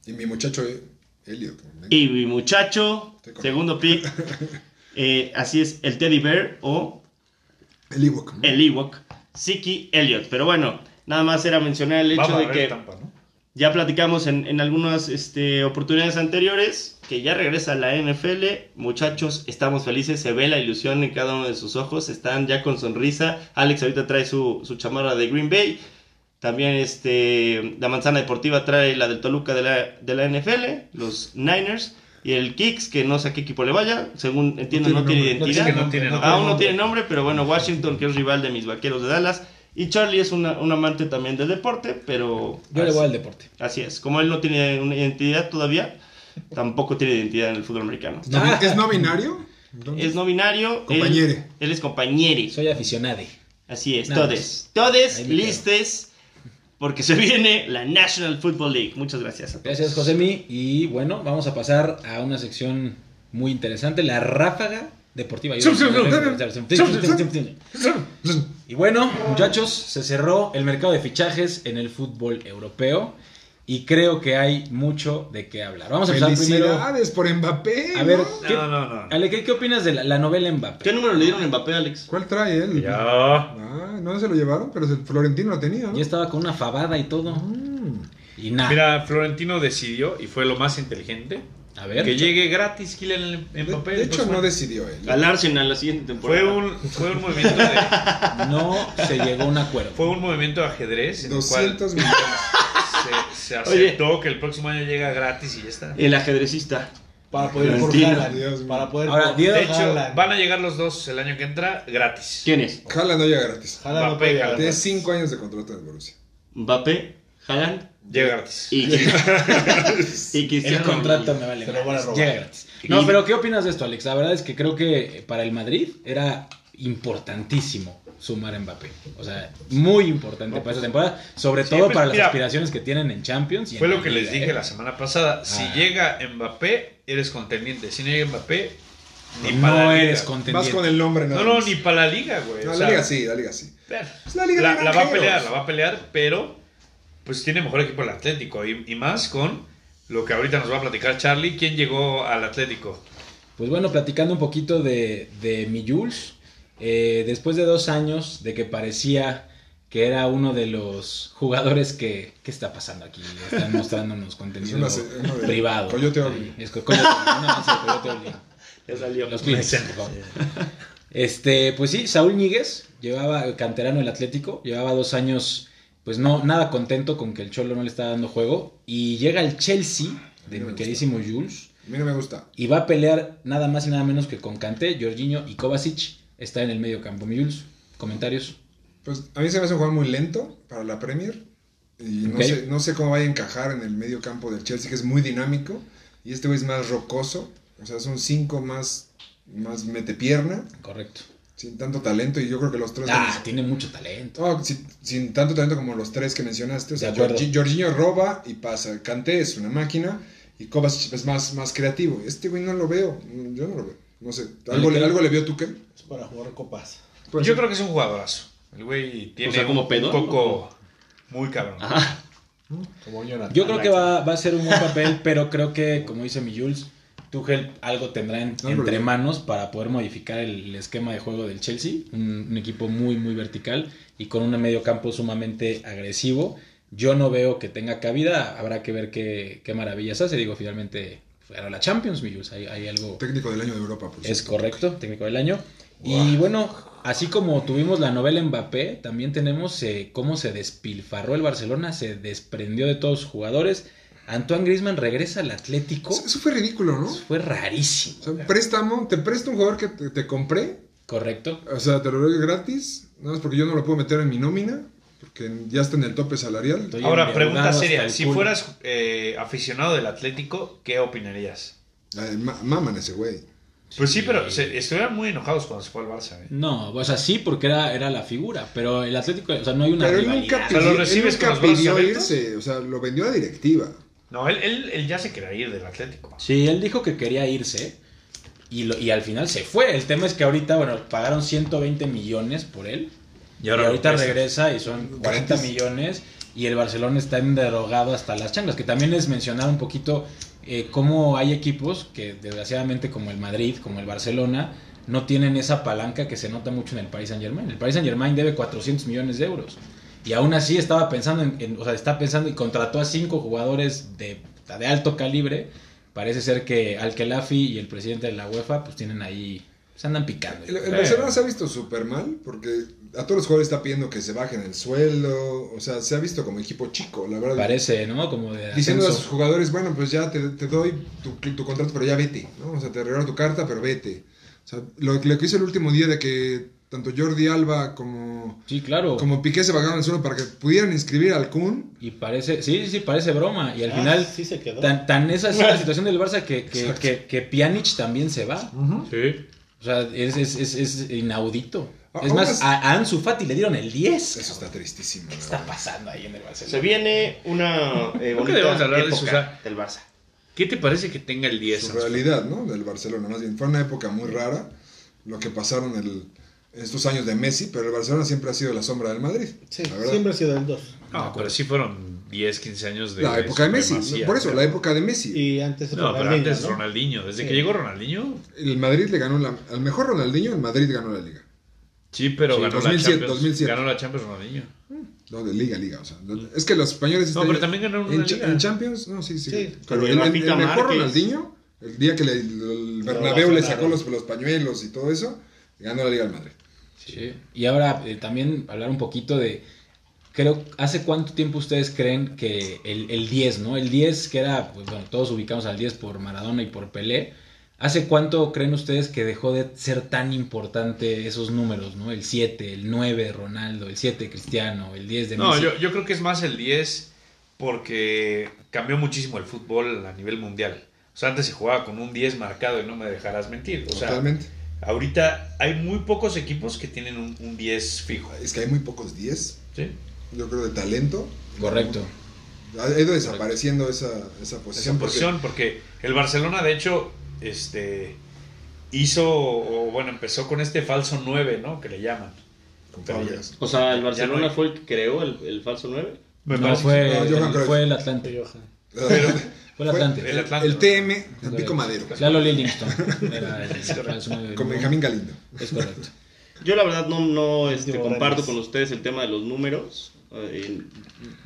Speaker 1: Y mi muchacho eh, Elliot.
Speaker 2: Y mi muchacho,
Speaker 1: Te corto.
Speaker 2: segundo pick, eh, así es, el Teddy Bear o
Speaker 1: El Ewok. ¿no?
Speaker 2: el Ewok, Siki Elliot. Pero bueno, nada más era mencionar el hecho
Speaker 3: vamos a
Speaker 2: de
Speaker 3: ver
Speaker 2: que
Speaker 3: Tampa, ¿no?
Speaker 2: ya platicamos en, en algunas este, oportunidades anteriores que ya regresa la NFL. Muchachos, estamos felices, se ve la ilusión en cada uno de sus ojos, están ya con sonrisa. Alex ahorita trae su, su chamarra de Green Bay. También este, la manzana deportiva trae la del Toluca de la, de la NFL, los Niners. Y el Kicks, que no sé a qué equipo le vaya, según entiendo no tiene,
Speaker 1: nombre.
Speaker 2: identidad.
Speaker 3: que no tiene nombre.
Speaker 2: Aún no tiene nombre, pero bueno, Washington, que es rival de mis vaqueros de Dallas. Y Charlie es una- un amante también del deporte, pero...
Speaker 4: Yo le voy al deporte.
Speaker 2: Así es, como él no tiene una identidad todavía, tampoco tiene identidad en el fútbol americano.
Speaker 1: ¿Es no bi- ¿Es no binario? Entonces,
Speaker 2: Es no binario. él- Él,
Speaker 1: Compañere.
Speaker 2: es compañere.
Speaker 4: Soy aficionado.
Speaker 2: Así es,
Speaker 4: Nada
Speaker 2: todes. Todes
Speaker 4: Ahí me quedo.
Speaker 2: listes, porque se viene la National Football League. Muchas gracias a todos.
Speaker 4: Gracias, Josemi. Y bueno, vamos a pasar a una sección muy interesante, la ráfaga deportiva.
Speaker 1: Sub, sub, sub.
Speaker 4: Y bueno, muchachos, se cerró el mercado de fichajes en el fútbol europeo y creo que hay mucho de qué hablar. Vamos a empezar primero. A
Speaker 1: Felicidades por Mbappé.
Speaker 4: ver,
Speaker 1: ¿no?
Speaker 4: ¿qué,
Speaker 3: No, no,
Speaker 2: Ah.
Speaker 3: no.
Speaker 4: Ale, ¿qué, qué opinas de la, la novela Mbappé?
Speaker 2: ¿Qué número le dieron a Mbappé, Alex?
Speaker 1: ¿Cuál trae él?
Speaker 3: Ya.
Speaker 1: Ah, no se lo llevaron, pero el Florentino lo tenía. ¿no?
Speaker 4: Ya estaba con una fabada y todo. Y nada.
Speaker 3: Mira, Florentino decidió, y fue lo más inteligente,
Speaker 4: a ver.
Speaker 3: que llegue gratis Kylian en
Speaker 1: De,
Speaker 3: papel.
Speaker 1: de
Speaker 6: pues,
Speaker 1: hecho, no decidió él.
Speaker 2: Al Arsenal la siguiente temporada.
Speaker 3: Fue un, fue un movimiento de,
Speaker 4: No se llegó a un acuerdo.
Speaker 3: fue un movimiento de ajedrez en el cual
Speaker 1: 200 millones.
Speaker 3: se, se aceptó que el próximo año llega gratis y ya está.
Speaker 2: El ajedrecista.
Speaker 5: Para poder
Speaker 2: Florentino.
Speaker 1: Dios
Speaker 5: forjarla.
Speaker 1: mío.
Speaker 5: Para poder
Speaker 4: Ahora, Diego
Speaker 3: De hecho,
Speaker 5: forjarla.
Speaker 3: van a llegar los dos el año que entra gratis.
Speaker 2: ¿Quién es?
Speaker 1: Jala no llega gratis.
Speaker 5: Ojalá no
Speaker 3: Mbappé,
Speaker 5: pegue.
Speaker 3: Haaland.
Speaker 1: Tiene 5 años de contrato en Borussia.
Speaker 2: Mbappé, Haaland
Speaker 3: Llega gratis.
Speaker 2: y, y Cristiano
Speaker 4: El contrato
Speaker 2: Ronaldo.
Speaker 4: me vale.
Speaker 5: Se lo
Speaker 4: madres.
Speaker 5: van a robar.
Speaker 4: Llega gratis. No, pero ¿qué opinas de esto, Alex? La verdad es que creo que para el Madrid era importantísimo sumar a Mbappé. O sea, muy importante para esta temporada, sobre
Speaker 3: Sí,
Speaker 4: todo
Speaker 3: pues,
Speaker 4: para las
Speaker 3: mira,
Speaker 4: aspiraciones que tienen en Champions. y
Speaker 3: Fue
Speaker 4: en
Speaker 3: lo que les
Speaker 4: Liga,
Speaker 3: dije
Speaker 4: ¿eh?
Speaker 3: la semana pasada. Si
Speaker 4: Ah.
Speaker 3: llega Mbappé, eres contendiente. Si no llega Mbappé, ni para
Speaker 4: No
Speaker 3: la liga.
Speaker 4: eres
Speaker 1: Vas
Speaker 4: contendiente.
Speaker 1: con el nombre,
Speaker 3: No,
Speaker 1: nada
Speaker 3: no,
Speaker 1: más.
Speaker 3: ni para la liga, güey.
Speaker 1: No,
Speaker 3: O
Speaker 1: la
Speaker 3: sea,
Speaker 1: liga sí, la liga sí.
Speaker 3: ver,
Speaker 1: Es la liga de
Speaker 3: la va a
Speaker 1: granjeros.
Speaker 3: pelear, la va a pelear, pero pues tiene mejor equipo el Atlético. Y, y más con lo que ahorita nos va a platicar Charlie. ¿Quién llegó al Atlético?
Speaker 4: Pues bueno, platicando un poquito de, de mi Jules, eh, después de dos años de que parecía que era uno de los jugadores que... ¿Qué está pasando aquí? Están mostrándonos contenido
Speaker 1: Es una- una de-
Speaker 4: privado.
Speaker 1: Coyote Ugly.
Speaker 4: Es co- Coyote Ugly, una más de Coyote Ugly.
Speaker 2: Ya salió.
Speaker 4: Los clientes, por favor. Este, pues sí, Saúl Ñíguez, llevaba canterano del Atlético, llevaba dos años, pues no, nada contento con que el Cholo no le está dando juego. Y llega el Chelsea, de
Speaker 1: no me
Speaker 4: mi
Speaker 1: gusta.
Speaker 4: queridísimo Jules,
Speaker 1: A mí no me gusta.
Speaker 4: y va a pelear nada más y nada menos que con Kanté, Jorginho y Kovacic. Está en el medio campo. Mi Jules, comentarios.
Speaker 1: Pues a mí se me hace un jugador muy lento para la Premier. Y no,
Speaker 4: Ok.
Speaker 1: sé, no sé cómo vaya a encajar en el medio campo del Chelsea, que es muy dinámico. Y este güey es más rocoso. O sea, son cinco más, más metepierna,
Speaker 4: Correcto.
Speaker 1: sin tanto talento. Y yo creo que los tres.
Speaker 4: Ah, tiene mucho talento.
Speaker 1: No, sin, Ah, sin tanto talento como los tres que mencionaste. O sea,
Speaker 4: De acuerdo.
Speaker 1: Giorgi- Jorginho roba y pasa. Kanté es una máquina. Y Kovacic es más, más creativo. Este güey no lo veo. Yo no lo veo. No sé. ¿Algo, le,
Speaker 4: Ok.
Speaker 1: algo le vio tú, qué?
Speaker 5: Es para jugar copas.
Speaker 6: Pues
Speaker 1: Puede
Speaker 3: Yo
Speaker 1: ser.
Speaker 3: creo que es un jugadorazo. El güey tiene
Speaker 2: sea, como
Speaker 3: un,
Speaker 2: pedón,
Speaker 3: un coco muy cabrón.
Speaker 1: Ah,
Speaker 2: Ajá.
Speaker 5: Como Jonathan.
Speaker 4: Yo creo que va, va a ser un buen papel, pero creo que, como dice mi Jules, Tuchel algo tendrá en-
Speaker 1: No,
Speaker 4: entre
Speaker 1: pero-
Speaker 4: manos para poder modificar el esquema de juego del Chelsea. Un, un equipo muy, muy vertical y con un medio campo sumamente agresivo. Yo no veo que tenga cabida. Habrá que ver qué, qué maravillas hace. Digo, finalmente ganó la Champions, mi Jules. Hay, hay algo...
Speaker 1: Técnico del año de Europa, por
Speaker 4: Es
Speaker 1: cierto.
Speaker 4: correcto, técnico del año. Y bueno, así como tuvimos la novela Mbappé, también tenemos eh, cómo se despilfarró el Barcelona, se desprendió de todos sus jugadores. Antoine Griezmann regresa al Atlético.
Speaker 1: Eso fue ridículo, ¿no?
Speaker 4: Fue rarísimo.
Speaker 1: O sea, un préstamo, te presto un jugador que te, te compré,
Speaker 4: Correcto.
Speaker 1: o sea, te lo doy gratis, nada más porque yo no lo puedo meter en mi nómina, porque ya está en el tope salarial.
Speaker 4: Estoy
Speaker 3: Ahora,
Speaker 4: endeudado
Speaker 3: pregunta
Speaker 4: hasta
Speaker 3: seria.
Speaker 4: el
Speaker 3: Si
Speaker 4: culo.
Speaker 3: fueras eh, aficionado del Atlético, ¿qué opinarías?
Speaker 1: Ay, ma- maman ese güey.
Speaker 3: Pues sí, pero se- estuvieron muy enojados cuando se fue al Barça. ¿eh?
Speaker 4: No, o sea, sí, porque era, era la figura, pero el Atlético, o sea, no hay una
Speaker 1: Pero él
Speaker 4: rivalidad.
Speaker 1: nunca
Speaker 3: O sea, lo
Speaker 1: pidió, él
Speaker 3: recibes
Speaker 1: nunca
Speaker 3: con los brazos
Speaker 1: pidió
Speaker 3: abiertos.
Speaker 1: irse, o sea, lo vendió la directiva.
Speaker 3: No, él, él, él ya se quería ir del Atlético.
Speaker 4: Sí, él dijo que quería irse y, lo- y al final se fue. El tema es que ahorita, bueno, pagaron 120 millones por él. Y, ahorita regresa y son 40
Speaker 1: Gratis.
Speaker 4: millones y el Barcelona está derogado hasta las changas, que también es mencionar un poquito eh, cómo hay equipos que desgraciadamente como el Madrid, como el Barcelona, no tienen esa palanca que se nota mucho en el Paris Saint Germain. El Paris Saint Germain debe 400 millones de euros y aún así estaba pensando, en, en- o sea, está pensando y contrató a cinco jugadores de, de alto calibre. Parece ser que Al-Khelafi y el presidente de la UEFA pues tienen ahí, se andan picando.
Speaker 1: El, el Barcelona se ha visto súper mal porque a todos los jugadores está pidiendo que se bajen el sueldo, o sea, se ha visto como equipo chico, la verdad.
Speaker 4: Parece, ¿no? Como de
Speaker 1: Diciendo a
Speaker 4: ascenso.
Speaker 1: sus jugadores, bueno, pues ya te, te doy tu, tu contrato, pero ya vete, ¿no? O sea, te regalo tu carta, pero vete. O sea, lo, lo que hizo el último día de que tanto Jordi Alba como,
Speaker 4: Sí, claro.
Speaker 1: como Piqué se bajaron al suelo para que pudieran inscribir al Kun.
Speaker 4: Y parece, sí, sí, sí, parece broma. Y al
Speaker 5: Ah,
Speaker 4: final,
Speaker 5: sí se quedó.
Speaker 4: tan, tan esa es la situación del Barça que, que,
Speaker 1: Exacto.
Speaker 4: que, que Pjanic también se va.
Speaker 6: Sí.
Speaker 4: O sea, es, es, es, es inaudito.
Speaker 1: Ah,
Speaker 4: Es
Speaker 1: aún
Speaker 4: más,
Speaker 1: es-
Speaker 4: a, a Ansu Fati le dieron el 10.
Speaker 1: Eso está
Speaker 4: cabrón.
Speaker 1: tristísimo.
Speaker 4: ¿Qué
Speaker 1: la
Speaker 4: está
Speaker 1: verdad.
Speaker 4: pasando ahí en el Barcelona?
Speaker 2: Se viene una eh, bonita
Speaker 6: debemos hablar de
Speaker 2: época
Speaker 6: eso, o sea,
Speaker 2: del Barça.
Speaker 6: ¿Qué te parece que tenga el 10?
Speaker 1: Su realidad, ¿no? Del Barcelona, más bien. Fue una época muy rara lo que pasaron el, estos años de Messi, pero el Barcelona siempre ha sido la sombra del Madrid.
Speaker 5: Sí,
Speaker 1: la verdad.
Speaker 5: siempre ha sido el 2.
Speaker 6: No,
Speaker 3: pues
Speaker 6: pero sí fueron 10, 15 años de.
Speaker 1: La época de Messi.
Speaker 6: supremacía.
Speaker 1: Por eso, la época de Messi.
Speaker 5: Y antes
Speaker 6: No, pero
Speaker 5: Ronaldinho,
Speaker 6: antes
Speaker 5: ¿no?
Speaker 6: Ronaldinho. Desde
Speaker 5: Sí.
Speaker 6: que llegó Ronaldinho.
Speaker 1: El Madrid le ganó la, al mejor Ronaldinho, el Madrid ganó la liga.
Speaker 6: Sí, pero
Speaker 1: Sí,
Speaker 6: ganó
Speaker 1: 2007,
Speaker 6: la Champions.
Speaker 1: 2007.
Speaker 6: Ganó la Champions Ronaldinho.
Speaker 1: No, de liga, liga. O sea, es que los españoles.
Speaker 6: No,
Speaker 1: están-
Speaker 6: pero también ganaron una
Speaker 1: Este, en, cha-
Speaker 6: liga.
Speaker 1: en Champions, no, sí, sí.
Speaker 5: Sí,
Speaker 1: pero
Speaker 2: con
Speaker 1: el, el- el
Speaker 2: Rafita
Speaker 1: mejor
Speaker 2: Márquez.
Speaker 1: Ronaldinho, el día que le- el Bernabéu le sacó
Speaker 5: vacunaron.
Speaker 1: los, los pañuelos y todo eso, ganó la liga al Madrid.
Speaker 4: Sí. Y ahora eh, también hablar un poquito de, creo, ¿hace cuánto tiempo ustedes creen que el, el 10, ¿no? El 10 que era, pues, bueno, todos ubicamos al 10 por Maradona y por Pelé. ¿Hace cuánto creen ustedes que dejó de ser tan importante esos números, ¿no? El 7, el 9 Ronaldo, el 7 Cristiano, el 10 de
Speaker 3: No,
Speaker 4: Messi.
Speaker 3: yo, yo creo que es más el 10 porque cambió muchísimo el fútbol a nivel mundial. O sea, antes se jugaba con un 10 marcado y no me dejarás mentir. O sea,
Speaker 1: Totalmente.
Speaker 3: ahorita hay muy pocos equipos que tienen un, un 10 fijo.
Speaker 1: Es que hay muy pocos 10,
Speaker 3: ¿sí?
Speaker 1: yo creo, de talento.
Speaker 4: Correcto.
Speaker 1: Ha ido desapareciendo esa, esa posición.
Speaker 3: Esa posición, porque el Barcelona, de hecho, este hizo, o bueno, empezó con este falso 9, ¿no? Que le llaman.
Speaker 1: porque- con Fabregas.
Speaker 2: O sea, el
Speaker 3: Ya no
Speaker 2: Barcelona
Speaker 3: hay.
Speaker 2: fue el que creó el, el falso 9.
Speaker 3: Me
Speaker 4: no,
Speaker 3: parece
Speaker 4: fue,
Speaker 1: no, Johan
Speaker 4: el-
Speaker 1: Cruyff.
Speaker 4: fue el Atlante. Fue el Atlante.
Speaker 3: el Atlante.
Speaker 1: El TM, Tampico Madero,
Speaker 4: Lalo Lillingston. Era el- era el número-
Speaker 1: con Benjamín Galindo.
Speaker 4: Es correcto.
Speaker 2: Yo la verdad no, no este,
Speaker 5: Llorones.
Speaker 2: comparto con ustedes el tema de los números. Eh,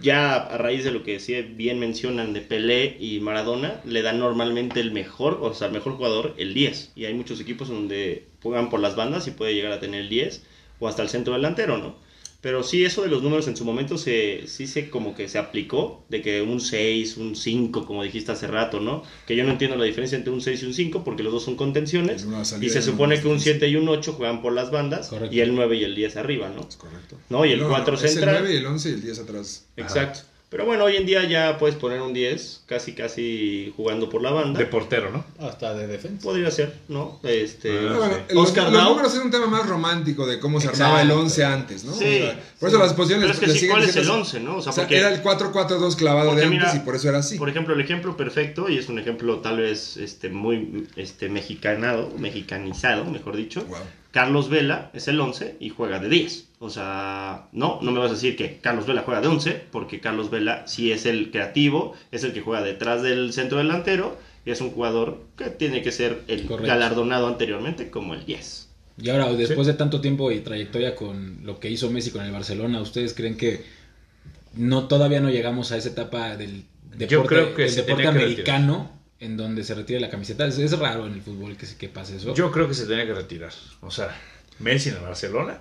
Speaker 2: ya a raíz de lo que decía, bien mencionan de Pelé y Maradona, le dan normalmente el mejor, o sea, el mejor jugador, el 10. Y hay muchos equipos donde juegan por las bandas y puede llegar a tener el 10 o hasta el centro delantero, ¿no? Pero sí, eso de los números en su momento se, sí se como que se aplicó, de que un 6, un 5, como dijiste hace rato, ¿no? Que yo no entiendo la diferencia entre un 6 y un 5 porque los dos son contenciones.
Speaker 1: Es una salida
Speaker 2: Y se
Speaker 1: de una
Speaker 2: supone que un
Speaker 1: distancia.
Speaker 2: 7 y un 8 juegan por las bandas
Speaker 4: Correcto.
Speaker 2: y el 9 y el 10 arriba, ¿no?
Speaker 1: Es correcto.
Speaker 2: No, y el
Speaker 1: No, no,
Speaker 2: cuatro
Speaker 1: es
Speaker 2: centra.
Speaker 1: El 9 y el 11 y el 10 atrás.
Speaker 2: Exacto. Pero bueno, hoy en día ya puedes poner un 10, casi casi jugando por la banda.
Speaker 3: De portero, ¿no?
Speaker 5: Hasta de defensa.
Speaker 2: Podría ser, ¿no? Este,
Speaker 1: Pero bueno,
Speaker 2: Oscar
Speaker 1: los, los
Speaker 2: Dao.
Speaker 1: números es un tema más romántico de cómo se armaba el
Speaker 4: Exacto.
Speaker 1: 11 antes, ¿no?
Speaker 2: Sí,
Speaker 1: O sea, por
Speaker 2: sí.
Speaker 1: eso las posiciones
Speaker 2: Pero es que
Speaker 1: le
Speaker 2: sí,
Speaker 1: siguen
Speaker 2: ¿cuál es
Speaker 1: diciendo-
Speaker 2: el 11, no? O sea,
Speaker 1: o sea,
Speaker 2: porque-
Speaker 1: era el 4-4-2 clavado de
Speaker 2: Porque
Speaker 1: antes
Speaker 2: mira,
Speaker 1: y por eso era así.
Speaker 2: Por ejemplo, el ejemplo perfecto, y es un ejemplo tal vez este, muy este, mexicanado, mexicanizado, mejor dicho.
Speaker 1: Wow.
Speaker 2: Carlos Vela es el 11 y juega de 10. O sea, no, no me vas a decir que Carlos Vela juega de 11, porque Carlos Vela sí es el creativo, es el que juega detrás del centro delantero y es un jugador que tiene que ser el
Speaker 4: Correcto.
Speaker 2: galardonado anteriormente como el 10.
Speaker 4: Y ahora, después de tanto tiempo y trayectoria con lo que hizo Messi con el Barcelona, ¿ustedes creen que no todavía no llegamos a esa etapa del deporte,
Speaker 3: Yo creo que
Speaker 4: del
Speaker 3: se
Speaker 4: deporte
Speaker 3: tenía que
Speaker 4: americano en donde se retire la camiseta? Es, es raro en el fútbol que, se- que pase eso.
Speaker 3: Yo creo que se tenía que retirar. O sea, Messi en el Barcelona.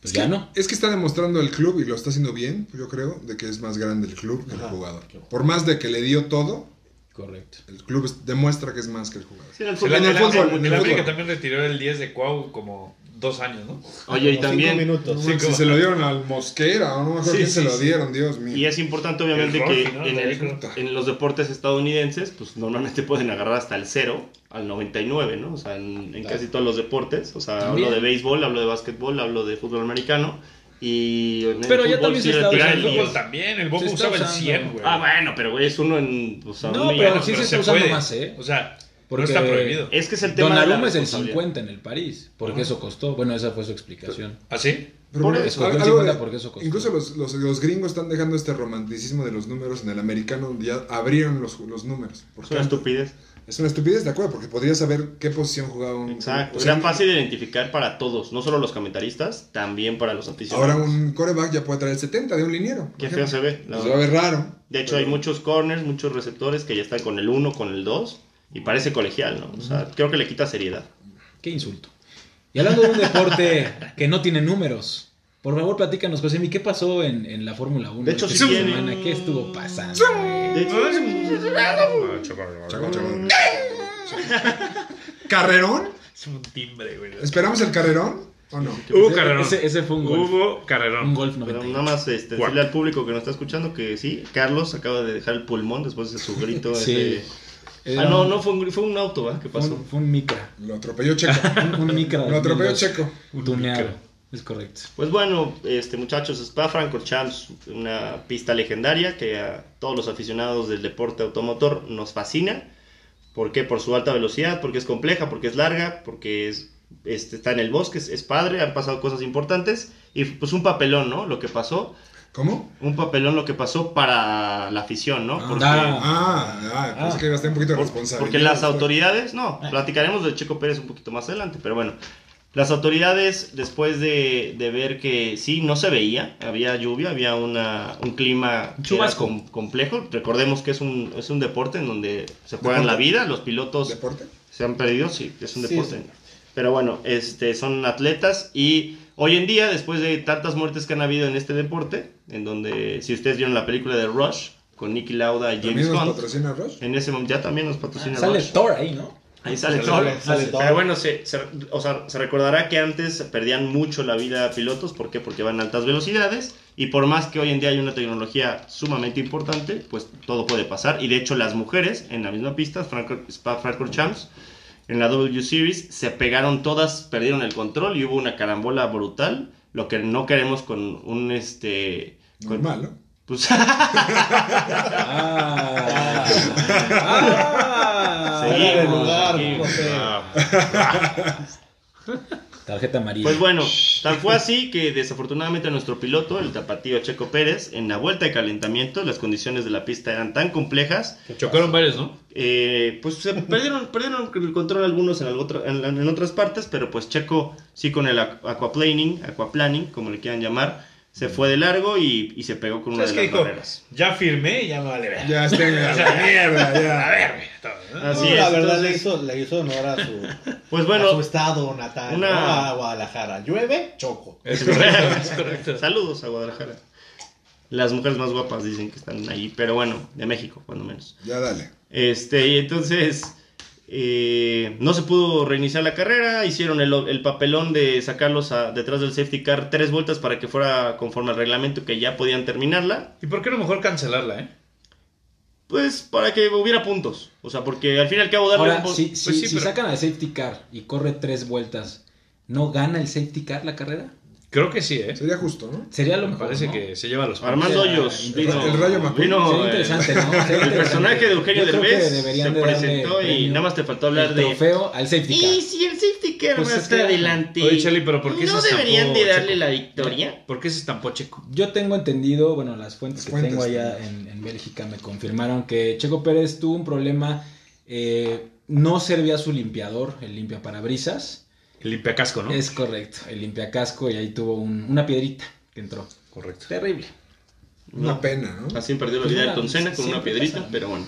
Speaker 4: pues ya no.
Speaker 1: Es que está demostrando el club y lo está haciendo bien, yo creo, de que es más grande el club que el jugador. Por más de que le dio todo,
Speaker 4: Correcento.
Speaker 1: el club es- demuestra que es más que el jugador.
Speaker 2: Sí, en el
Speaker 3: El,
Speaker 2: fútbol-
Speaker 1: En
Speaker 3: año-
Speaker 1: el
Speaker 3: el año-
Speaker 1: fútbol, en
Speaker 3: el
Speaker 1: el
Speaker 3: América
Speaker 1: fútbol.
Speaker 3: también retiró el 10 de Cuau como dos años, ¿no?
Speaker 2: Oye,
Speaker 5: Como
Speaker 2: y
Speaker 5: cinco
Speaker 2: también...
Speaker 5: minutos.
Speaker 1: Si se lo dieron al Mosquera, o no me acuerdo
Speaker 2: Sí,
Speaker 1: quién se
Speaker 2: sí,
Speaker 1: lo
Speaker 2: sí.
Speaker 1: dieron, Dios mío.
Speaker 2: Y es importante, obviamente,
Speaker 3: El
Speaker 2: que
Speaker 3: Rocky, ¿no?
Speaker 2: en,
Speaker 3: De
Speaker 2: el-
Speaker 3: ahí,
Speaker 2: en los deportes estadounidenses, pues normalmente pueden agarrar hasta el 0 al 99, ¿no? O sea, en, en casi todos los deportes. O sea,
Speaker 4: También.
Speaker 2: hablo de béisbol, hablo de básquetbol, hablo de fútbol americano. Y en el
Speaker 4: Pero ya
Speaker 2: fútbol
Speaker 4: también
Speaker 2: sí
Speaker 4: se está
Speaker 2: retiran
Speaker 3: Mira,
Speaker 4: usando
Speaker 2: el
Speaker 3: el fútbol
Speaker 2: 10.
Speaker 3: también. El
Speaker 4: Se
Speaker 3: Bobo
Speaker 4: está
Speaker 3: usaba el
Speaker 4: usando.
Speaker 3: 100, güey.
Speaker 2: Ah, bueno, pero güey, es uno en. O sea, un
Speaker 4: No,
Speaker 2: millón.
Speaker 4: pero sí se está usando más, ¿eh?
Speaker 3: O sea,
Speaker 4: Porque-
Speaker 3: no está prohibido.
Speaker 2: Es que es el tema. de la
Speaker 4: Donnarumma es el
Speaker 2: responsabilidad.
Speaker 4: 50 en el París, porque eso costó. Bueno, esa fue su explicación.
Speaker 3: ¿Ah, sí?
Speaker 1: Pero
Speaker 2: Por
Speaker 1: bueno,
Speaker 4: eso, escogió el
Speaker 1: algo
Speaker 4: 50
Speaker 1: de-
Speaker 4: porque eso costó.
Speaker 1: Incluso los, los, los gringos están dejando este romanticismo de los números en el americano, donde ya abrieron los, los números. Por
Speaker 2: Es una
Speaker 1: tanto,
Speaker 2: estupidez.
Speaker 1: es una estupidez, de acuerdo, porque podrías saber qué posición jugaba un.
Speaker 2: Exacto.
Speaker 1: o sea,
Speaker 2: Era fácil de identificar para todos, no solo los comentaristas, también para los aficionados.
Speaker 1: Ahora un coreback ya puede traer 70 de un liniero. por
Speaker 2: Qué
Speaker 1: ejemplo.
Speaker 2: feo se ve. la
Speaker 1: Pues se
Speaker 2: verdad.
Speaker 1: va a ver raro.
Speaker 2: De hecho, hay muchos corners, muchos receptores que ya están con el 1, con el 2, y parece colegial, ¿no? O sea, creo que le quita seriedad.
Speaker 4: Qué insulto. Y hablando de un deporte que no tiene números, por favor platícanos, José, ¿qué pasó en, en la Fórmula 1?
Speaker 2: De hecho,
Speaker 4: esta
Speaker 2: sí tiene.
Speaker 4: semana? ¿Qué estuvo pasando?
Speaker 2: De hecho,
Speaker 3: Ah,
Speaker 1: Chaco, chaco. ¿Carrerón?
Speaker 3: Es un timbre, güey.
Speaker 1: ¿Esperamos el carrerón o no?
Speaker 3: Hubo
Speaker 4: Ese-
Speaker 3: carrerón.
Speaker 4: Ese, ese fue un golf.
Speaker 3: Hubo
Speaker 4: Un
Speaker 3: carrerón.
Speaker 4: golf
Speaker 2: pero
Speaker 4: 90.
Speaker 2: nada más este,
Speaker 3: Cuac.
Speaker 2: decirle al público que nos está escuchando que sí, Carlos acaba de dejar el pulmón después de su grito.
Speaker 4: Sí. Eh,
Speaker 2: ese- Ah, no, no, fue un, fue un auto, ¿verdad? ¿Qué
Speaker 4: Fue
Speaker 2: pasó?
Speaker 4: un, fue un micra.
Speaker 1: Lo atropelló Checo.
Speaker 4: Un, un micra.
Speaker 1: Lo atropelló
Speaker 4: 2002,
Speaker 1: Checo.
Speaker 4: Tuneado.
Speaker 3: micra.
Speaker 4: Es correcto.
Speaker 2: Pues bueno, este muchachos, Spa-Francorchamps, una pista legendaria que a todos los aficionados del deporte automotor nos fascina. ¿Por qué? Por su alta velocidad, porque es compleja, porque es larga, porque es, este, está en el bosque, es, es padre, han pasado cosas importantes y pues un papelón, ¿no? Lo que pasó,
Speaker 1: ¿Cómo?
Speaker 2: un papelón lo que pasó para la afición, ¿no? Porque,
Speaker 4: Ah,
Speaker 1: Ah, ah, pensé que gasté un poquito de
Speaker 2: por-
Speaker 1: responsabilidad.
Speaker 2: porque las autoridades, no, platicaremos de Checo Pérez un poquito más adelante, pero bueno, las autoridades, después de, de ver que sí, no se veía, había lluvia, había una, un clima que era
Speaker 4: Chubasco.
Speaker 2: com- complejo. Recordemos que es un, es un deporte en donde se juegan la
Speaker 1: Deporte.
Speaker 2: vida, los pilotos
Speaker 1: ¿Deporte?
Speaker 2: se han perdido, sí, es
Speaker 5: Sí,
Speaker 2: un deporte.
Speaker 5: sí.
Speaker 2: Pero bueno, este, son atletas y hoy en día, después de tantas muertes que han habido en este deporte, en donde, si ustedes vieron la película de Rush, con Nicky Lauda y James
Speaker 1: ¿También nos
Speaker 2: Bond,
Speaker 1: patrocina Rush?
Speaker 2: en ese momento ya también nos patrocina
Speaker 4: Sale
Speaker 2: Rush.
Speaker 4: Thor ahí, ¿no?
Speaker 2: Ahí sale,
Speaker 3: Sale
Speaker 2: Thor.
Speaker 3: Thor,
Speaker 5: sale
Speaker 2: Pero
Speaker 5: Thor.
Speaker 2: bueno, se, se- o sea, se recordará que antes perdían mucho la vida pilotos. ¿Por qué? Porque van a altas velocidades. Y por más que hoy en día hay una tecnología sumamente importante, pues todo puede pasar. Y de hecho, las mujeres en la misma pista, Franco- Spa Francorchamps, en la W Series, se pegaron todas, perdieron el control y hubo una carambola brutal. Lo que no queremos con un este. con-
Speaker 1: Normal, ¿no?
Speaker 2: pues,
Speaker 4: Ah, ah.
Speaker 5: Fuera de
Speaker 2: Seguimos,
Speaker 5: lugar,
Speaker 2: aquí.
Speaker 5: profe.
Speaker 3: Ah,
Speaker 4: Tarjeta amarilla.
Speaker 2: Pues bueno, tan fue así que desafortunadamente nuestro piloto, el tapatío Checo Pérez, en la vuelta de calentamiento, las condiciones de la pista eran tan complejas,
Speaker 3: Chocaron varios, ¿no?
Speaker 2: eh, pues se perdieron, perdieron el control algunos en, algo otra- en, la- en otras partes, pero pues Checo sí con el aqu- aquaplaning, aquaplaning, como le quieran llamar, se fue de largo y, y se pegó con una de
Speaker 3: ¿Sabes qué
Speaker 2: las
Speaker 3: dijo?
Speaker 2: barreras.
Speaker 3: Ya firmé, ya me vale ver.
Speaker 1: Ya está en la mierda,
Speaker 3: A
Speaker 1: ya.
Speaker 3: ver, güey. todo, ¿no?
Speaker 5: No,
Speaker 2: Así
Speaker 5: la
Speaker 2: es,
Speaker 5: verdad
Speaker 2: entonces-
Speaker 5: le, hizo, le hizo honor a su,
Speaker 2: Pues
Speaker 5: a su
Speaker 2: bueno,
Speaker 5: estado natal,
Speaker 2: una-
Speaker 5: ¿no? a Guadalajara. Llueve, choco.
Speaker 3: Es correcto, es correcto.
Speaker 2: saludos a Guadalajara. Las mujeres más guapas dicen que están ahí, pero bueno, de México, cuando menos.
Speaker 1: Ya dale.
Speaker 2: Este, y entonces Eh, no se pudo reiniciar la carrera, hicieron el, el papelón de sacarlos a- detrás del safety car tres vueltas para que fuera conforme al reglamento que ya podían terminarla.
Speaker 3: ¿Y por qué no mejor cancelarla, eh?
Speaker 2: Pues para que hubiera puntos. O sea, porque al fin y al cabo darle
Speaker 4: Ahora,
Speaker 2: un po-
Speaker 4: si, si-
Speaker 3: pues sí,
Speaker 4: si
Speaker 3: pero-
Speaker 4: sacan al safety car y corre tres vueltas, ¿no gana el safety car la carrera?
Speaker 3: Creo que sí, ¿eh?
Speaker 1: Sería justo, ¿no?
Speaker 4: Sería lo
Speaker 3: Me
Speaker 4: mejor,
Speaker 3: parece
Speaker 4: ¿no?
Speaker 3: que se lleva los puntos.
Speaker 2: Armando
Speaker 4: O sea,
Speaker 2: Hoyos.
Speaker 4: el-
Speaker 2: vino-
Speaker 1: el Rayo McQueen.
Speaker 2: vino eh,
Speaker 4: Sería
Speaker 2: el-
Speaker 4: interesante, ¿no? Sería
Speaker 2: El
Speaker 4: interesante.
Speaker 2: personaje de Eugenio
Speaker 4: Yo creo que
Speaker 2: Derbez se
Speaker 4: deberían de darle
Speaker 2: presentó y
Speaker 4: premio.
Speaker 2: nada más te faltó hablar
Speaker 4: El
Speaker 2: de.
Speaker 4: trofeo al safety car.
Speaker 2: Y si el safety car
Speaker 4: Pues
Speaker 2: va
Speaker 4: es
Speaker 2: hasta
Speaker 4: que-
Speaker 2: adelante.
Speaker 3: Oye, Charlie, pero ¿por qué
Speaker 2: ¿No
Speaker 3: se estampó
Speaker 2: deberían de darle
Speaker 3: Checo?
Speaker 2: la victoria?
Speaker 3: ¿Por qué se estampó Checo?
Speaker 4: Yo tengo entendido, bueno, las fuentes
Speaker 1: Las
Speaker 4: que
Speaker 1: fuentes,
Speaker 4: tengo allá en, en Bélgica me confirmaron que Checo Pérez tuvo un problema, eh, no servía su limpiador, el limpiaparabrisas.
Speaker 3: El limpiacasco, ¿no?
Speaker 4: Es correcto, el limpiacasco y ahí tuvo un- una piedrita que entró.
Speaker 3: Correcto.
Speaker 4: Terrible.
Speaker 1: Una pena, ¿no?
Speaker 2: Así perdió la
Speaker 4: Pues
Speaker 2: vida
Speaker 4: una-
Speaker 2: Ayrton Senna con
Speaker 4: siempre
Speaker 2: una piedrita,
Speaker 4: pasa.
Speaker 2: pero bueno.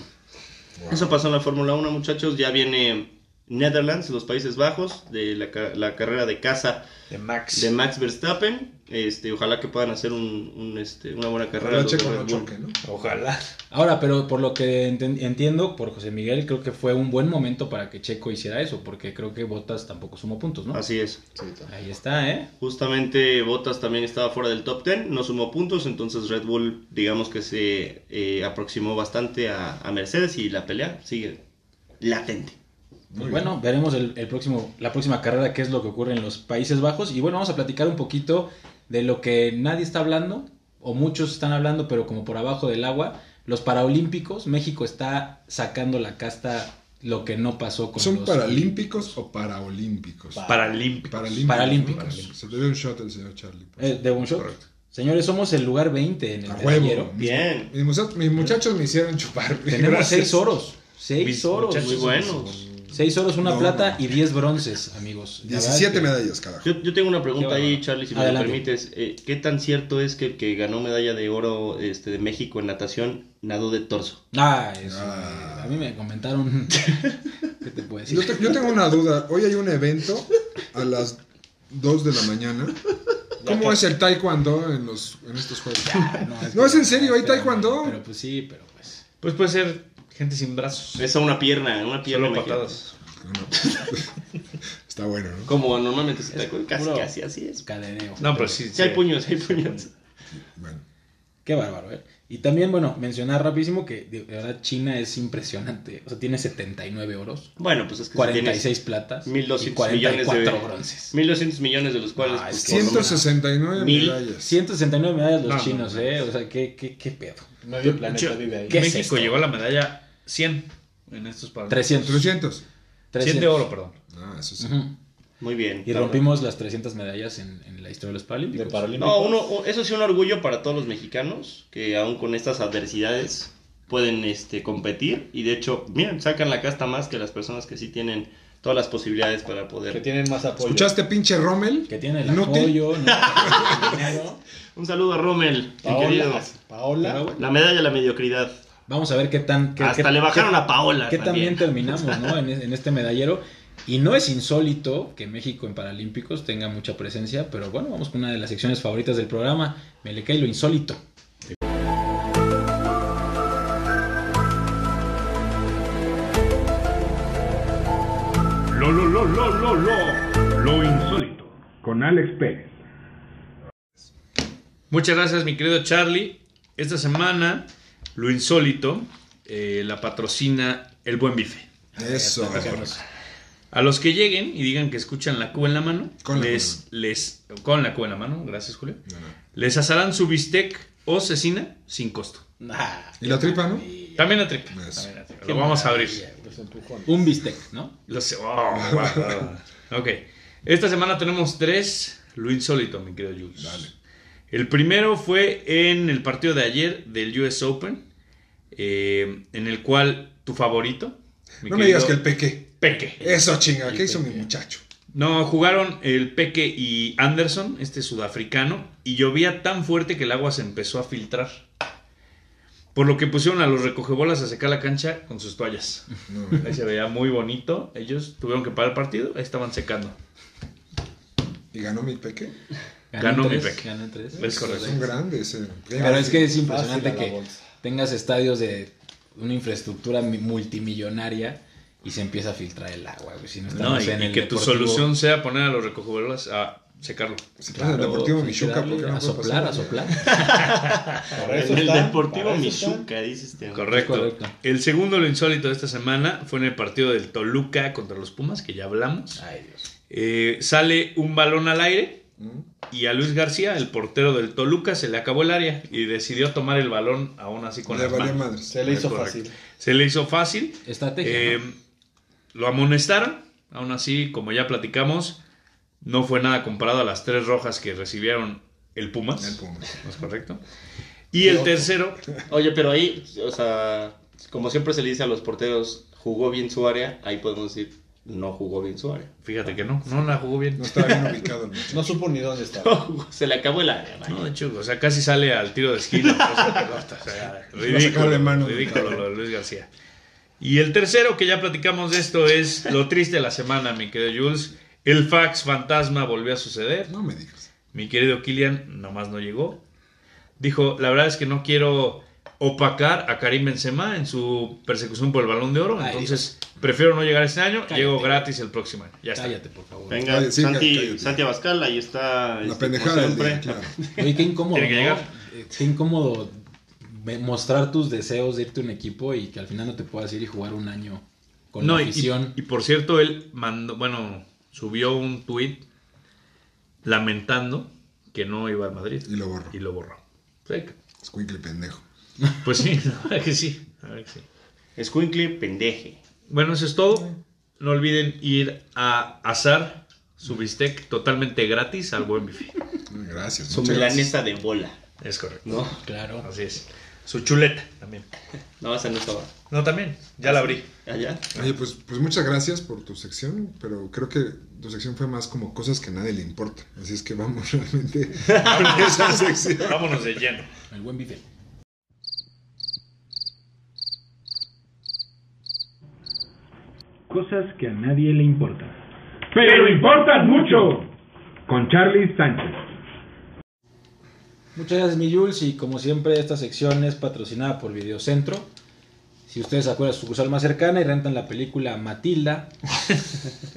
Speaker 1: Wow.
Speaker 2: Eso pasó en la Fórmula 1, muchachos. Ya viene Netherlands, los Países Bajos, de la, ca- la carrera de casa
Speaker 3: De Max.
Speaker 2: de Max Verstappen. Este, ojalá que puedan hacer un, un, este, una buena carrera.
Speaker 1: Ojalá
Speaker 2: los de
Speaker 1: Checo
Speaker 2: Red
Speaker 1: no
Speaker 2: Bull.
Speaker 1: choque, ¿no?
Speaker 3: Ojalá.
Speaker 4: Ahora, pero por lo que enten- entiendo, por José Miguel, creo que fue un buen momento para que Checo hiciera eso, porque creo que Botas tampoco sumó puntos, ¿no?
Speaker 2: Así es.
Speaker 4: Ahí está, ¿eh?
Speaker 2: Justamente Bottas también estaba fuera del top 10, no sumó puntos, entonces Red Bull digamos que se eh, aproximó bastante a, a Mercedes y la pelea sigue latente.
Speaker 4: Pues bueno, veremos el, el próximo, la próxima carrera qué es lo que ocurre en los Países Bajos. Y bueno, vamos a platicar un poquito de lo que nadie está hablando, o muchos están hablando, pero como por abajo del agua. Los Paralímpicos, México está sacando la casta lo que no pasó con
Speaker 1: ¿Son
Speaker 4: los
Speaker 1: paralímpicos o paraolímpicos?
Speaker 3: Paralímpico.
Speaker 1: Paralímpicos.
Speaker 4: Paralímpicos.
Speaker 1: ¿no? Se le dio un shot al señor Charlie. por
Speaker 4: eh, de un shot.
Speaker 1: Correcto.
Speaker 4: Señores, somos el lugar 20 en el
Speaker 1: A
Speaker 4: medallero.
Speaker 1: huevo.
Speaker 2: Bien.
Speaker 1: Mis, mucha- mis muchachos me hicieron chupar.
Speaker 4: Tenemos
Speaker 1: Gracias.
Speaker 4: seis oros. Seis
Speaker 3: Mis
Speaker 4: oros.
Speaker 3: muchachos
Speaker 2: Muy buenos.
Speaker 4: Seis oros, una
Speaker 1: No,
Speaker 4: plata
Speaker 1: no.
Speaker 4: y diez bronces, amigos. La verdad
Speaker 1: 17
Speaker 4: es que-
Speaker 1: medallas, carajo.
Speaker 2: Yo, yo tengo una pregunta
Speaker 4: Qué
Speaker 2: ahí,
Speaker 4: bárbaro.
Speaker 2: Charlie, si
Speaker 4: Adelante.
Speaker 2: me lo permites. Eh, ¿Qué tan cierto es que el que ganó medalla de oro este, de México en natación nadó de torso?
Speaker 4: Ah, eso.
Speaker 1: Ah.
Speaker 4: A mí me comentaron. ¿Qué te puedo decir?
Speaker 1: Yo, te- yo tengo una duda. Hoy hay un evento a las 2 de la mañana. ¿Cómo es el taekwondo en, los, en estos juegos? No, es en serio, hay
Speaker 4: pero-
Speaker 1: taekwondo.
Speaker 4: Pero pues sí, pero pues.
Speaker 3: Pues puede ser gente sin brazos.
Speaker 2: Esa una pierna, una pierna.
Speaker 3: Solo
Speaker 2: imagínate.
Speaker 3: patadas.
Speaker 1: No. Está bueno, ¿no?
Speaker 2: Como normalmente se te casi,
Speaker 4: puro-
Speaker 2: casi así es.
Speaker 4: Cadeneo.
Speaker 3: No, pero sí.
Speaker 2: Sí, hay puños, hay puños.
Speaker 1: Bueno.
Speaker 4: Qué bárbaro, ¿eh? Y también, bueno, mencionar rapidísimo que de de verdad China es impresionante. O sea, tiene 79 oros,
Speaker 2: Bueno, pues es que si tienes
Speaker 4: 46 platas y
Speaker 2: 1200 millones
Speaker 4: 44
Speaker 2: de
Speaker 4: bronces.
Speaker 2: 1200 millones de los cuales
Speaker 4: Ah,
Speaker 2: pues,
Speaker 4: es que
Speaker 2: por lo menos-
Speaker 1: 169
Speaker 2: Mil-
Speaker 1: medallas.
Speaker 4: 169 medallas los
Speaker 3: No, no,
Speaker 4: chinos,
Speaker 3: no.
Speaker 4: ¿eh? O sea, qué, qué, qué pedo.
Speaker 5: Medio planeta
Speaker 3: Yo-
Speaker 5: vive ahí.
Speaker 4: ¿Qué es
Speaker 3: México
Speaker 4: esto?
Speaker 3: llegó a la medalla 100 en estos Paralímpicos.
Speaker 4: 300.
Speaker 1: 300.
Speaker 3: 100 de oro, perdón.
Speaker 1: Ah, eso
Speaker 3: pues.
Speaker 1: sí.
Speaker 4: Ujú.
Speaker 2: Muy bien.
Speaker 4: Y rompimos las 300 medallas en, en la historia de los Paralímpicos.
Speaker 5: De Paralímpicos.
Speaker 2: No, uno, u- eso sí un orgullo para todos los mexicanos que aún con estas adversidades pueden este, competir y de hecho, miren, sacan la casta más que las personas que sí tienen todas las posibilidades para
Speaker 5: Que
Speaker 2: poder.
Speaker 5: tienen más apoyo.
Speaker 1: ¿Escuchaste, pinche Rommel?
Speaker 4: Que tiene el
Speaker 1: Inútil.
Speaker 4: apoyo, ¿no? El dinero.
Speaker 2: Un saludo a Rommel,
Speaker 5: Ah,
Speaker 2: mi querido.
Speaker 5: Paola. Paola.
Speaker 2: La medalla a la mediocridad.
Speaker 4: Vamos a ver qué tan. qué-
Speaker 2: Hasta
Speaker 4: qué-
Speaker 2: le bajaron
Speaker 4: qué-
Speaker 2: a Paola.
Speaker 4: que
Speaker 2: también.
Speaker 4: también terminamos ¿no? en, es- en este medallero. Y no es insólito que México en Paralímpicos tenga mucha presencia, pero bueno, vamos con una de las secciones favoritas del programa, me le cae lo insólito.
Speaker 7: Lo, lo, lo, lo, lo, lo. Lo insólito. Con Alex Pérez.
Speaker 3: Muchas gracias, mi querido Charlie. Esta semana, lo insólito, eh, la patrocina el buen bife.
Speaker 1: Eso.
Speaker 3: A los que lleguen y digan que escuchan la cuba en la mano,
Speaker 1: Con la
Speaker 3: les,
Speaker 1: cuba.
Speaker 3: les, con la cuba en la mano, gracias Julio,
Speaker 1: No, no.
Speaker 3: les asarán su bistec o cecina sin costo.
Speaker 4: Nah,
Speaker 1: ¿Y la tripa, no?
Speaker 3: También la tripa.
Speaker 1: Eso.
Speaker 3: también la tripa. Lo vamos a abrir.
Speaker 5: Los empujones.
Speaker 4: un bistec, ¿no?
Speaker 3: Lo sé. oh, guau, guau. ok. Esta semana tenemos tres lo insólito, mi querido Jules.
Speaker 1: Dale.
Speaker 3: El primero fue en el partido de ayer del US Open, eh, en el cual tu favorito. mi
Speaker 1: No me
Speaker 3: querido
Speaker 1: digas que el peque.
Speaker 3: Peque.
Speaker 1: Eso, chinga. ¿Qué hizo mi muchacho?
Speaker 3: No, jugaron el Peque y Anderson, este sudafricano, y llovía tan fuerte que el agua se empezó a filtrar. Por lo que pusieron a los recogebolas a secar la cancha con sus toallas.
Speaker 1: No,
Speaker 3: Ahí se veía muy bonito. Ellos tuvieron que parar el partido, ahí estaban secando.
Speaker 1: ¿Y ganó mi peque?
Speaker 3: Ganó
Speaker 4: en
Speaker 3: mi
Speaker 4: tres,
Speaker 3: Peque.
Speaker 4: ganó en tres.
Speaker 3: Es correcto.
Speaker 1: Son grandes. eh.
Speaker 4: Pero es que es
Speaker 5: Fácil a
Speaker 4: impresionante
Speaker 5: la
Speaker 4: que
Speaker 5: bolsa.
Speaker 4: tengas estadios de una infraestructura mi- multimillonaria y se empieza a filtrar el agua, güey. Si no
Speaker 3: No,
Speaker 4: estamos
Speaker 3: y,
Speaker 4: en
Speaker 3: y
Speaker 4: el
Speaker 3: que tu
Speaker 4: deportivo-
Speaker 3: solución sea poner a los recogedores a secarlo.
Speaker 1: Claro, Pues el Deportivo
Speaker 4: hay que
Speaker 1: Michuca,
Speaker 4: darle
Speaker 1: porque no
Speaker 4: a
Speaker 1: puede
Speaker 4: soplar, a
Speaker 1: pasar.
Speaker 4: soplar.
Speaker 5: Para eso
Speaker 2: En el
Speaker 5: están,
Speaker 2: Deportivo
Speaker 5: para eso están.
Speaker 2: Michuca, dices. este.
Speaker 3: Correcto.
Speaker 4: Correcto.
Speaker 3: El segundo lo insólito de esta semana fue en el partido del Toluca contra los Pumas, que ya hablamos.
Speaker 4: Ay, Dios.
Speaker 3: Eh, sale un balón al aire
Speaker 1: Mm.
Speaker 3: y a Luis García, el portero del Toluca, se le acabó el área y decidió tomar el balón aún así con
Speaker 1: Le
Speaker 3: las
Speaker 1: valió
Speaker 3: manos.
Speaker 1: madres.
Speaker 5: Se le
Speaker 3: Es
Speaker 5: hizo
Speaker 3: correcto.
Speaker 5: fácil.
Speaker 3: Se le hizo fácil.
Speaker 4: Estrategia.
Speaker 3: Eh,
Speaker 4: ¿no?
Speaker 3: Lo amonestaron. Aún así, como ya platicamos, no fue nada comparado a las tres rojas que recibieron el Pumas.
Speaker 1: El Pumas.
Speaker 3: ¿No es correcto? Y el tercero,
Speaker 2: Oye, pero ahí, o sea, como siempre se le dice a los porteros, jugó bien su área, ahí podemos decir, no jugó bien su área.
Speaker 3: fíjate que no, no la jugó bien.
Speaker 1: No estaba bien ubicado el muchacho.
Speaker 5: No supo ni dónde estaba.
Speaker 2: No jugó, se le acabó el área, vaya.
Speaker 3: No, de hecho, o sea, casi sale al tiro de esquina. o sea, pelota, o sea,
Speaker 1: a sacar
Speaker 3: ridículo,
Speaker 1: de mano.
Speaker 3: ridículo lo de Luis García. Y el tercero que ya platicamos de esto es lo triste de la semana, mi querido Jules. El fax fantasma volvió a suceder.
Speaker 1: No me digas.
Speaker 3: Mi querido Kylian nomás no llegó. Dijo, la verdad es que no quiero opacar a Karim Benzema en su persecución por el Balón de Oro,
Speaker 4: Ay,
Speaker 3: entonces prefiero no llegar este año,
Speaker 4: Cállate.
Speaker 3: llego gratis el próximo año. Ya está.
Speaker 4: Cállate, por favor.
Speaker 2: Venga,
Speaker 1: Oye, sí,
Speaker 2: Santi,
Speaker 1: cállate.
Speaker 2: Santi Abascal, ahí está. este,
Speaker 1: La
Speaker 2: como
Speaker 1: pendejada del
Speaker 2: siempre.
Speaker 1: día, claro.
Speaker 4: Oye, qué incómodo,
Speaker 3: Tiene que
Speaker 4: ¿no?
Speaker 3: llegar.
Speaker 4: Eh, Qué incómodo me- mostrar tus deseos de irte a un equipo y que al final no te puedas ir y jugar un año con
Speaker 3: No,
Speaker 4: la
Speaker 3: y-
Speaker 4: afición.
Speaker 3: Y, y por cierto, él mandó, bueno, subió un tuit lamentando que no iba al Madrid
Speaker 1: Y lo borro.
Speaker 3: y lo borró. Sí,
Speaker 1: Squinkle pendejo.
Speaker 3: Pues sí, la verdad que sí, la verdad que sí.
Speaker 2: Escuincle, pendeje.
Speaker 3: Bueno, eso es todo. No olviden ir a Azar, su bistec totalmente gratis al Buen Bifi.
Speaker 1: Gracias.
Speaker 2: Su
Speaker 1: muchas gracias.
Speaker 2: milanesa de bola.
Speaker 3: Es correcto.
Speaker 2: No,
Speaker 4: Claro.
Speaker 3: Así es. Su chuleta también.
Speaker 2: no, esa no estaba.
Speaker 3: No, también. Ya la abrí.
Speaker 2: Allá.
Speaker 1: Oye, pues, pues muchas gracias por tu sección, pero creo que tu sección fue más como cosas que a nadie le importa. Así es que vamos realmente con esa sección.
Speaker 3: Vámonos de lleno.
Speaker 4: El buen vive.
Speaker 7: Cosas que a nadie le importan. Pero importan mucho. Con Charlie Sánchez.
Speaker 4: Muchas gracias, mi Jules. Y como siempre, esta sección es patrocinada por Videocentro. Si ustedes acuerdan su sucursal más cercana y rentan la película Matilda,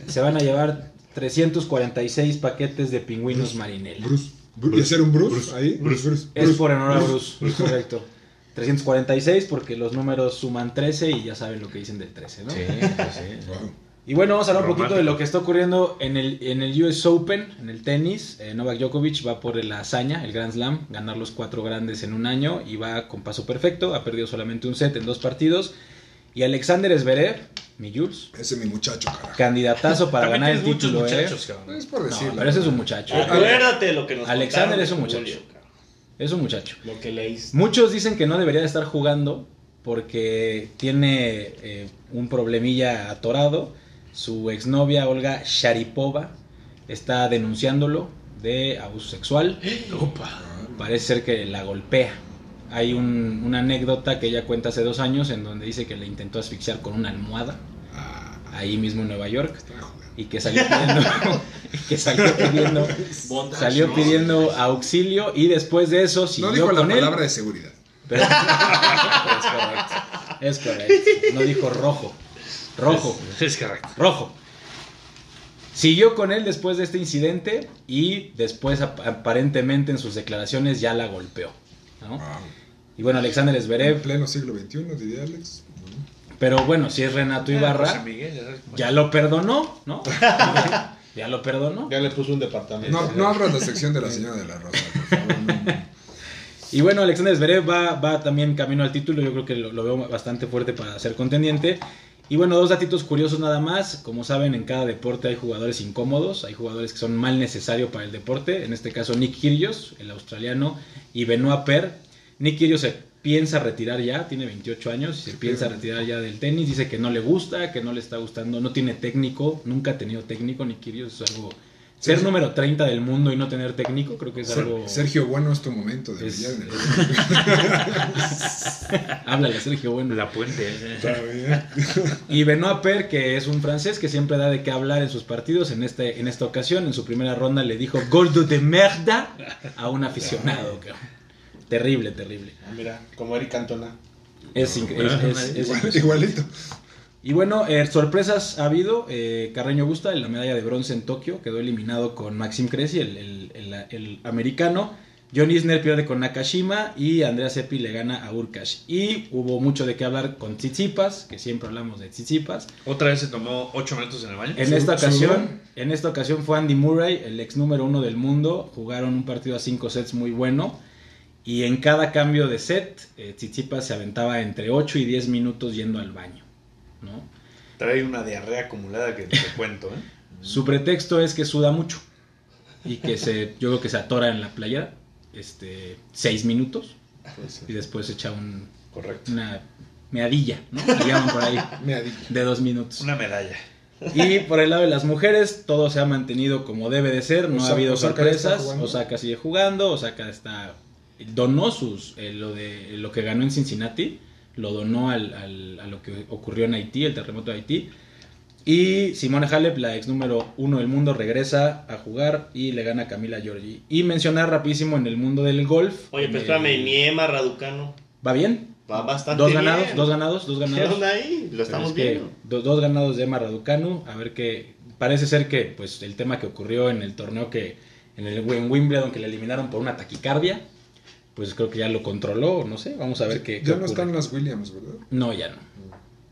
Speaker 4: se van a llevar 346 paquetes de pingüinos marinela.
Speaker 1: Bruce. Bru- ¿Y hacer un Bruce, ahí? Bruce,
Speaker 4: Es
Speaker 1: Bruce.
Speaker 4: por honor a Bruce, correcto. 346 porque los números suman 13 y ya saben lo que dicen del 13, ¿no? pues
Speaker 1: Wow.
Speaker 4: Y bueno, vamos a hablar un
Speaker 3: Romántico.
Speaker 4: poquito de lo que está ocurriendo en el, en el US Open, en el tenis. Eh, Novak Djokovic va por la hazaña, el Grand Slam, ganar los cuatro grandes en un año y va con paso perfecto. Ha perdido solamente un set en dos partidos. Y Alexander Zverev, mi Jules,
Speaker 1: Ese es mi muchacho, carajo.
Speaker 4: candidatazo para
Speaker 3: También
Speaker 4: ganar el
Speaker 3: tienes muchos
Speaker 4: título. ¿eh?
Speaker 3: muchachos, cabrón.
Speaker 1: Es por
Speaker 4: No,
Speaker 1: decirlo.
Speaker 4: pero ese es un muchacho.
Speaker 2: Acuérdate lo que nos
Speaker 4: Alexander es un
Speaker 2: contaron,
Speaker 4: muchacho.
Speaker 2: Julio, cabrón.
Speaker 4: Es un muchacho.
Speaker 5: Lo que le hizo.
Speaker 4: Muchos dicen que no debería de estar jugando porque tiene eh, un problemilla atorado. Su exnovia Olga Sharipova está denunciándolo de abuso sexual. Parece ser que la golpea. Hay un- una anécdota que ella cuenta hace dos años en donde dice que le intentó asfixiar con una almohada
Speaker 1: Ah,
Speaker 4: ahí mismo en Nueva York
Speaker 1: está jodido.
Speaker 4: y que salió pidiendo, que salió pidiendo, salió pidiendo auxilio y después de eso siguió
Speaker 1: no dijo la
Speaker 4: con él.
Speaker 1: palabra de seguridad.
Speaker 4: Pero- es correcto. Es correcto. No dijo rojo. Rojo.
Speaker 3: Es correcto.
Speaker 4: Rojo. Siguió con él después de este incidente y después ap- aparentemente en sus declaraciones ya la golpeó.
Speaker 1: Wow.
Speaker 4: ¿no? Y bueno, Alexander
Speaker 1: En
Speaker 4: Zverev,
Speaker 1: pleno siglo XXI, diría Alex.
Speaker 4: pero bueno, si es Renato Ibarra, ya lo perdonó, ¿no? Ya lo perdonó.
Speaker 5: Ya le puso un departamento.
Speaker 4: Eh,
Speaker 1: No, no abras la sección de la señora de la Rosa, por favor. no, no.
Speaker 4: Y bueno, Alexander Zverev va, va también camino al título. Yo creo que lo, lo veo bastante fuerte para ser contendiente. Y bueno, dos datitos curiosos nada más. Como saben, en cada deporte hay jugadores incómodos. Hay jugadores que son mal necesarios para el deporte. En este caso, Nick Kyrgios, el australiano, y Benoit Per. Nick Kyrgios se piensa retirar ya. Tiene 28 años y se piensa retirar ya del tenis. Dice que no le gusta, que no le está gustando. No tiene técnico. Nunca ha tenido técnico. Nick Kyrgios es algo... Ser
Speaker 1: Sí.
Speaker 4: número 30 del mundo y no tener técnico creo que es algo...
Speaker 1: Sergio, bueno, es tu momento Pues, de
Speaker 4: Es-
Speaker 1: brillar en el
Speaker 4: es- Háblale, Sergio, bueno.
Speaker 3: La puente. ¿eh?
Speaker 1: Está bien.
Speaker 4: Y Benoit Per, que es un francés que siempre da de qué hablar en sus partidos, en, este, en esta ocasión, en su primera ronda, le dijo gordo de merda a un aficionado. cabrón. Terrible,
Speaker 5: Ah,
Speaker 4: terrible.
Speaker 5: Mira, como Eric Cantona.
Speaker 4: Es increíble.
Speaker 1: Igual- igualito.
Speaker 4: Y bueno, eh, sorpresas ha habido. Eh, Carreño Busta, en la medalla de bronce en Tokio, quedó eliminado con Maxim Cressy, el, el- el- el americano. John Isner pierde con Nakashima y Andrea Seppi le gana a Urkash. Y hubo mucho de qué hablar con Tsitsipas, que siempre hablamos de Tsitsipas.
Speaker 3: Otra vez se tomó 8 minutos en el baño.
Speaker 4: En
Speaker 1: Su-
Speaker 4: esta
Speaker 1: su-
Speaker 4: ocasión, en esta ocasión fue Andy Murray, el ex número uno del mundo. Jugaron un partido a cinco sets muy bueno. Y en cada cambio de set, eh, Tsitsipas se aventaba entre 8 y 10 minutos yendo al baño. ¿no?
Speaker 3: Trae una diarrea acumulada que te cuento, ¿eh?
Speaker 4: Su pretexto es que suda mucho. Y que se, yo creo que se atora en la playa este, seis minutos. Y después echa un,
Speaker 3: Correcto.
Speaker 4: una meadilla, ¿no? Que llaman por ahí,
Speaker 1: Me ha dicho.
Speaker 4: de dos minutos.
Speaker 3: Una medalla.
Speaker 4: Y por el lado de las mujeres, todo se ha mantenido como debe de ser, no
Speaker 1: Osaka-
Speaker 4: ha habido
Speaker 1: Osaka está
Speaker 4: sorpresas.
Speaker 1: jugando.
Speaker 4: Osaka sigue jugando, Osaka está. Donó sus, eh, lo, de, lo que ganó en Cincinnati, lo donó al, al- a lo que ocurrió en Haití, el terremoto de Haití. Y Simone Halep, la ex número uno del mundo, regresa a jugar y le gana a Camila Giorgi. Y mencionar rapidísimo en el mundo del golf.
Speaker 2: Oye,
Speaker 4: en
Speaker 2: pero
Speaker 4: el-
Speaker 2: espérame, Niema Raducano
Speaker 4: ¿Va bien?
Speaker 2: va bastante
Speaker 4: Eh, Dos
Speaker 2: bien.
Speaker 4: ganados, dos ganados, dos
Speaker 2: ¿Qué
Speaker 4: ganados.
Speaker 2: onda ahí? Lo estamos
Speaker 4: Pero es que
Speaker 2: viendo.
Speaker 4: do- dos ganados de Maraducanu, a ver qué. Parece ser que pues el tema que ocurrió en el torneo que. En el en Wimbledon que le eliminaron por una taquicardia. Pues creo que ya lo controló, no sé. Vamos a ver qué.
Speaker 1: Ya
Speaker 4: qué
Speaker 1: no
Speaker 4: ocurre.
Speaker 1: están las Williams, ¿verdad?
Speaker 4: No, ya no.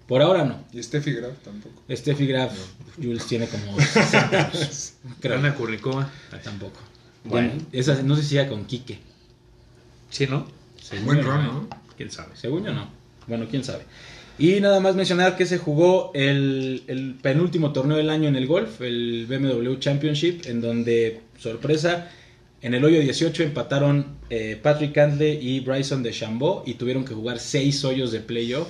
Speaker 4: Por ahora no.
Speaker 1: Y Steffi Graf tampoco.
Speaker 4: Steffi Graf, Jules tiene como 60 años, creo.
Speaker 3: Ana Curricoma.
Speaker 4: Tampoco.
Speaker 2: Bueno.
Speaker 4: Ya- esa, no sé si era con Quique.
Speaker 3: Sí, ¿no?
Speaker 4: Según
Speaker 1: Buen
Speaker 4: yo,
Speaker 1: run, ¿no?
Speaker 3: ¿Quién sabe?
Speaker 4: Según yo no. Bueno, quién sabe. Y nada más mencionar que se jugó el, el penúltimo torneo del año en el golf, el BMW Championship, en donde, sorpresa, en el hoyo 18 empataron eh, Patrick Cantley y Bryson de Chambó y tuvieron que jugar seis hoyos de playoff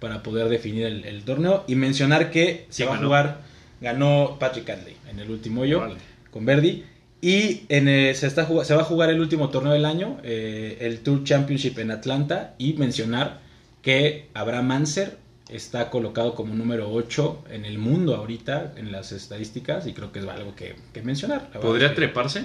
Speaker 4: para poder definir el, el torneo. Y mencionar que se
Speaker 3: ¿Quién
Speaker 4: va a
Speaker 3: ganó?
Speaker 4: jugar, ganó Patrick Cantley en el último hoyo
Speaker 3: Vale.
Speaker 4: con Verdi. Y en, eh, se, está, jug- se va a jugar el último torneo del año, eh, el Tour Championship en Atlanta. Y mencionar que Abraham Manser está colocado como número 8 en el mundo ahorita en las estadísticas. Y creo que es algo que, que mencionar. la verdad
Speaker 3: ¿Podría
Speaker 4: que-
Speaker 3: treparse?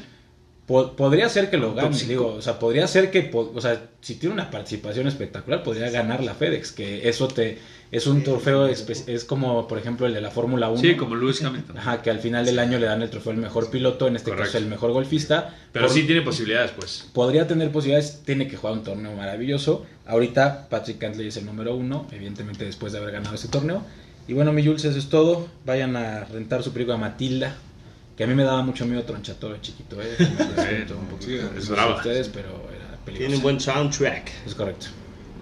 Speaker 4: po- podría ser que lo gane,
Speaker 3: cinco.
Speaker 4: digo. O sea, podría ser que. po- O sea, si tiene una participación espectacular, podría ganar la FedEx. Que eso te. Es un trofeo. espe- Es como, por ejemplo, el de la Fórmula 1.
Speaker 3: Sí, como Lewis Hamilton.
Speaker 4: Ajá, que al final del año le dan el trofeo al mejor piloto, en este
Speaker 3: Correcto.
Speaker 4: caso el mejor golfista.
Speaker 3: Pero
Speaker 4: Por-
Speaker 3: sí tiene posibilidades, pues.
Speaker 4: Podría tener posibilidades, tiene que jugar un torneo maravilloso. Ahorita Patrick Cantley es el número uno, evidentemente después de haber ganado ese torneo. Y bueno, mi Jules, eso es todo. Vayan a rentar su película Matilda, que a mí me daba mucho miedo Tronchatoro chiquito, ¿eh? Me siento un poquito
Speaker 1: Sí,
Speaker 4: nervioso
Speaker 3: es brava.
Speaker 4: ustedes, pero era
Speaker 2: Tiene
Speaker 4: peligrosa.
Speaker 2: un buen soundtrack.
Speaker 4: Es correcto.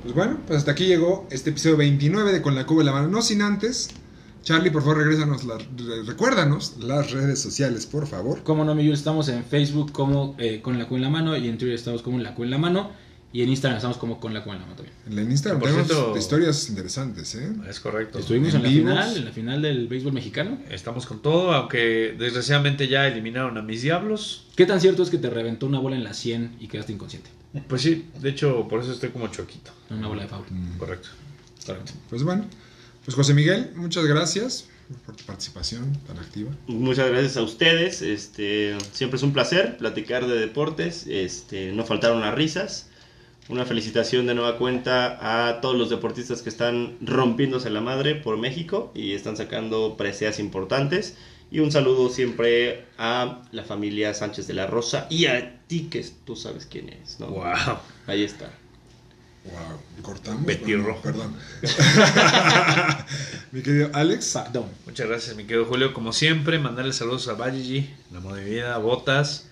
Speaker 1: Pues bueno, pues hasta aquí llegó este episodio 29 de Con la Cuba y la Mano. No sin antes, Charlie, por favor, regrésanos, la- re- recuérdanos las redes sociales, por favor.
Speaker 4: Como no, mi Jules, estamos en Facebook como eh, Con la Q en la Mano y en Twitter estamos como La Q en la Mano y en Instagram estamos como Con la Q en la Mano también.
Speaker 1: En la Instagram
Speaker 3: Por
Speaker 1: tenemos
Speaker 3: cierto-
Speaker 1: historias interesantes, ¿eh?
Speaker 3: Es correcto.
Speaker 4: Estuvimos
Speaker 1: En
Speaker 4: en la
Speaker 1: vivos.
Speaker 4: final, en la final del béisbol mexicano.
Speaker 3: Estamos con todo, aunque desgraciadamente ya eliminaron a mis diablos.
Speaker 4: ¿Qué tan cierto es que te reventó una bola en la 100 y quedaste inconsciente?
Speaker 3: Pues sí, de hecho, por eso estoy como choquito.
Speaker 4: Una bola de foul.
Speaker 3: Correcto.
Speaker 4: Correcto.
Speaker 1: Pues bueno, pues José Miguel, muchas gracias por tu participación tan activa.
Speaker 2: pues, Muchas gracias a ustedes. Este, siempre es un placer platicar de deportes. Este, no faltaron las risas. Una felicitación de nueva cuenta a todos los deportistas que están rompiéndose la madre por México y están sacando preseas importantes. Y un saludo siempre a la familia Sánchez de la Rosa y a ti que tú sabes quién eres, ¿no?
Speaker 3: Wow.
Speaker 2: Ahí está.
Speaker 1: Wow, cortamos.
Speaker 3: Petirrojo.
Speaker 1: Perdón. Mi querido Alex.
Speaker 4: Perdón.
Speaker 3: Muchas gracias, mi querido Julio. Como siempre, mandarle saludos a Valle, la moda de vida, a Botas,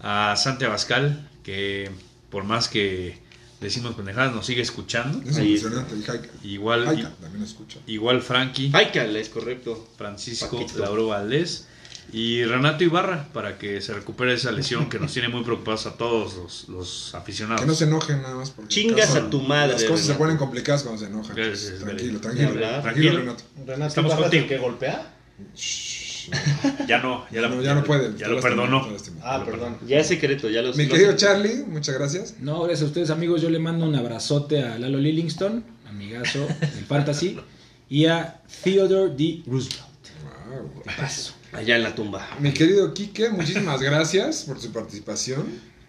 Speaker 3: a Santi Abascal, que por más que decimos pendejadas, nos sigue escuchando.
Speaker 1: Es
Speaker 2: Ahí
Speaker 1: impresionante, el Haika.
Speaker 3: Igual,
Speaker 1: Haika también escucha.
Speaker 3: igual Frankie,
Speaker 2: Ay, Carla, es correcto.
Speaker 3: Francisco,
Speaker 2: Paquito.
Speaker 3: Lauro Valdés y Renato Ibarra, para que se recupere esa lesión que nos tiene muy preocupados a todos los, los
Speaker 1: Que no
Speaker 3: aficionados.
Speaker 1: se enojen nada más. Porque
Speaker 2: Ah. Chingas
Speaker 1: en casa
Speaker 2: a tu madre,
Speaker 1: Las cosas se
Speaker 2: Renato.
Speaker 1: ponen complicadas cuando se enojan.
Speaker 3: Es- es-
Speaker 1: tranquilo,
Speaker 3: es-
Speaker 1: tranquilo.
Speaker 2: ni
Speaker 1: Tranquilo,
Speaker 2: hablar.
Speaker 1: Renato.
Speaker 5: Renato,
Speaker 3: Estamos
Speaker 5: ¿vas a
Speaker 3: contigo.
Speaker 5: el que golpea?
Speaker 1: Shh.
Speaker 3: Ya no, ya, la-
Speaker 1: no, ya no puede.
Speaker 3: Ya lo perdonó.
Speaker 5: Ah, perdón.
Speaker 2: Ya es secreto, ya los
Speaker 1: Mi querido Charlie, muchas gracias.
Speaker 4: No, gracias a ustedes, amigos. Yo le mando un abrazote a Lalo Lillingston, amigazo del Fantasy, y a Theodore D. Roosevelt.
Speaker 1: Wow.
Speaker 4: Paso.
Speaker 2: Allá en la tumba.
Speaker 1: Ah, Mi querido Quique, muchísimas gracias por su participación.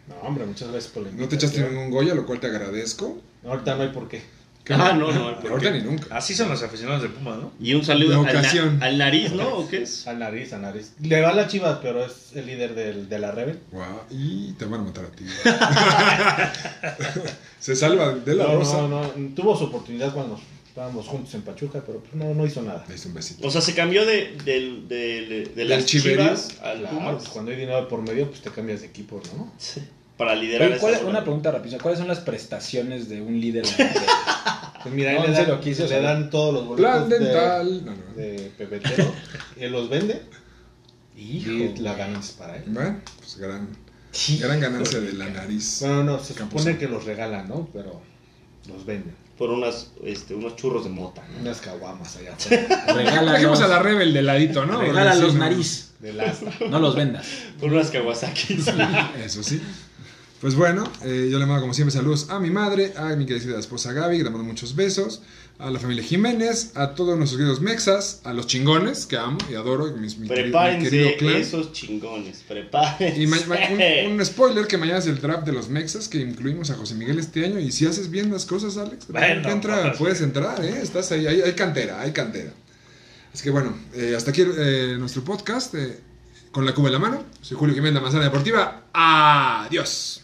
Speaker 5: No, hombre, muchas gracias por la
Speaker 1: No te echaste
Speaker 5: invitación.
Speaker 1: ningún Goya, lo cual te agradezco.
Speaker 5: Ahorita no hay por qué.
Speaker 2: Ah, no, no. ¿por
Speaker 1: Ahorita
Speaker 2: qué?
Speaker 1: ni
Speaker 2: Ah.
Speaker 1: nunca.
Speaker 3: Así son los aficionados de Pumas, ¿no?
Speaker 2: Y un saludo
Speaker 1: La
Speaker 2: al, na-
Speaker 1: ocasión.
Speaker 2: al nariz, ¿no? ¿O qué es?
Speaker 5: Al nariz, al nariz. Le va a las chivas, pero es el líder del, de la Rebel.
Speaker 1: Guau, y te van a matar a ti. Se salva de la
Speaker 5: no,
Speaker 1: rosa.
Speaker 5: no, no. Tuvo su oportunidad cuando estábamos juntos en Pachuca, pero pues, no, no hizo nada.
Speaker 1: Le hice un besito.
Speaker 2: O sea, se cambió de, del- del- de las
Speaker 1: chiverío?
Speaker 2: chivas al
Speaker 5: Claro,
Speaker 2: Pumas
Speaker 5: pues, cuando hay dinero por medio, pues te cambias de equipo, ¿no?
Speaker 2: para liderar
Speaker 4: Oye,
Speaker 2: esa
Speaker 4: ¿cuál-
Speaker 2: ola.
Speaker 4: una pregunta rápida. ¿Cuáles son las prestaciones de un líder?
Speaker 5: Pues mira, ahí
Speaker 4: No,
Speaker 5: le,
Speaker 4: se
Speaker 5: dan,
Speaker 4: lo quiso,
Speaker 5: le
Speaker 4: se lo-
Speaker 5: dan todos los boletos
Speaker 1: Plan
Speaker 5: Pues de-
Speaker 1: dental. No, no.
Speaker 5: de pepetero. Él los vende y la ganancia para él.
Speaker 1: Bueno, pues gran, gran ganancia de la nariz.
Speaker 5: Bueno, no, se supone
Speaker 1: Campuzano.
Speaker 5: que los regalan, ¿no? Pero los venden.
Speaker 2: Por unas, este, unos churros de mota. ¿no?
Speaker 5: Unas caguamas allá afuera.
Speaker 1: Dejemos
Speaker 4: Regálalos,
Speaker 1: a la Rebel de ladito, ¿no? Porque
Speaker 4: regálalos
Speaker 1: sí, no.
Speaker 4: nariz.
Speaker 5: Del asta.
Speaker 4: No los vendas.
Speaker 2: Por unas kawasakis.
Speaker 1: Eso sí. Pues bueno, eh, yo le mando como siempre saludos a mi madre, a mi querida esposa Gaby, que le mando muchos besos, a la familia Jiménez, a todos nuestros queridos mexas, a los chingones que amo y adoro, mi, mi querido, mi querido
Speaker 2: Prepárense
Speaker 1: clan.
Speaker 2: esos chingones, prepárense.
Speaker 1: Y ma- ma- un, un spoiler que mañana es el draft de los mexas que incluimos a José Miguel este año. Y si haces bien las cosas, Alex,
Speaker 3: Bueno,
Speaker 1: te entra,
Speaker 3: papá, sí.
Speaker 1: puedes entrar, ¿eh? Estás ahí, hay, hay cantera, hay cantera. Así que bueno, eh, hasta aquí eh, nuestro podcast eh, con la cuba en la mano. Soy Julio Jiménez, la manzana deportiva. Adiós.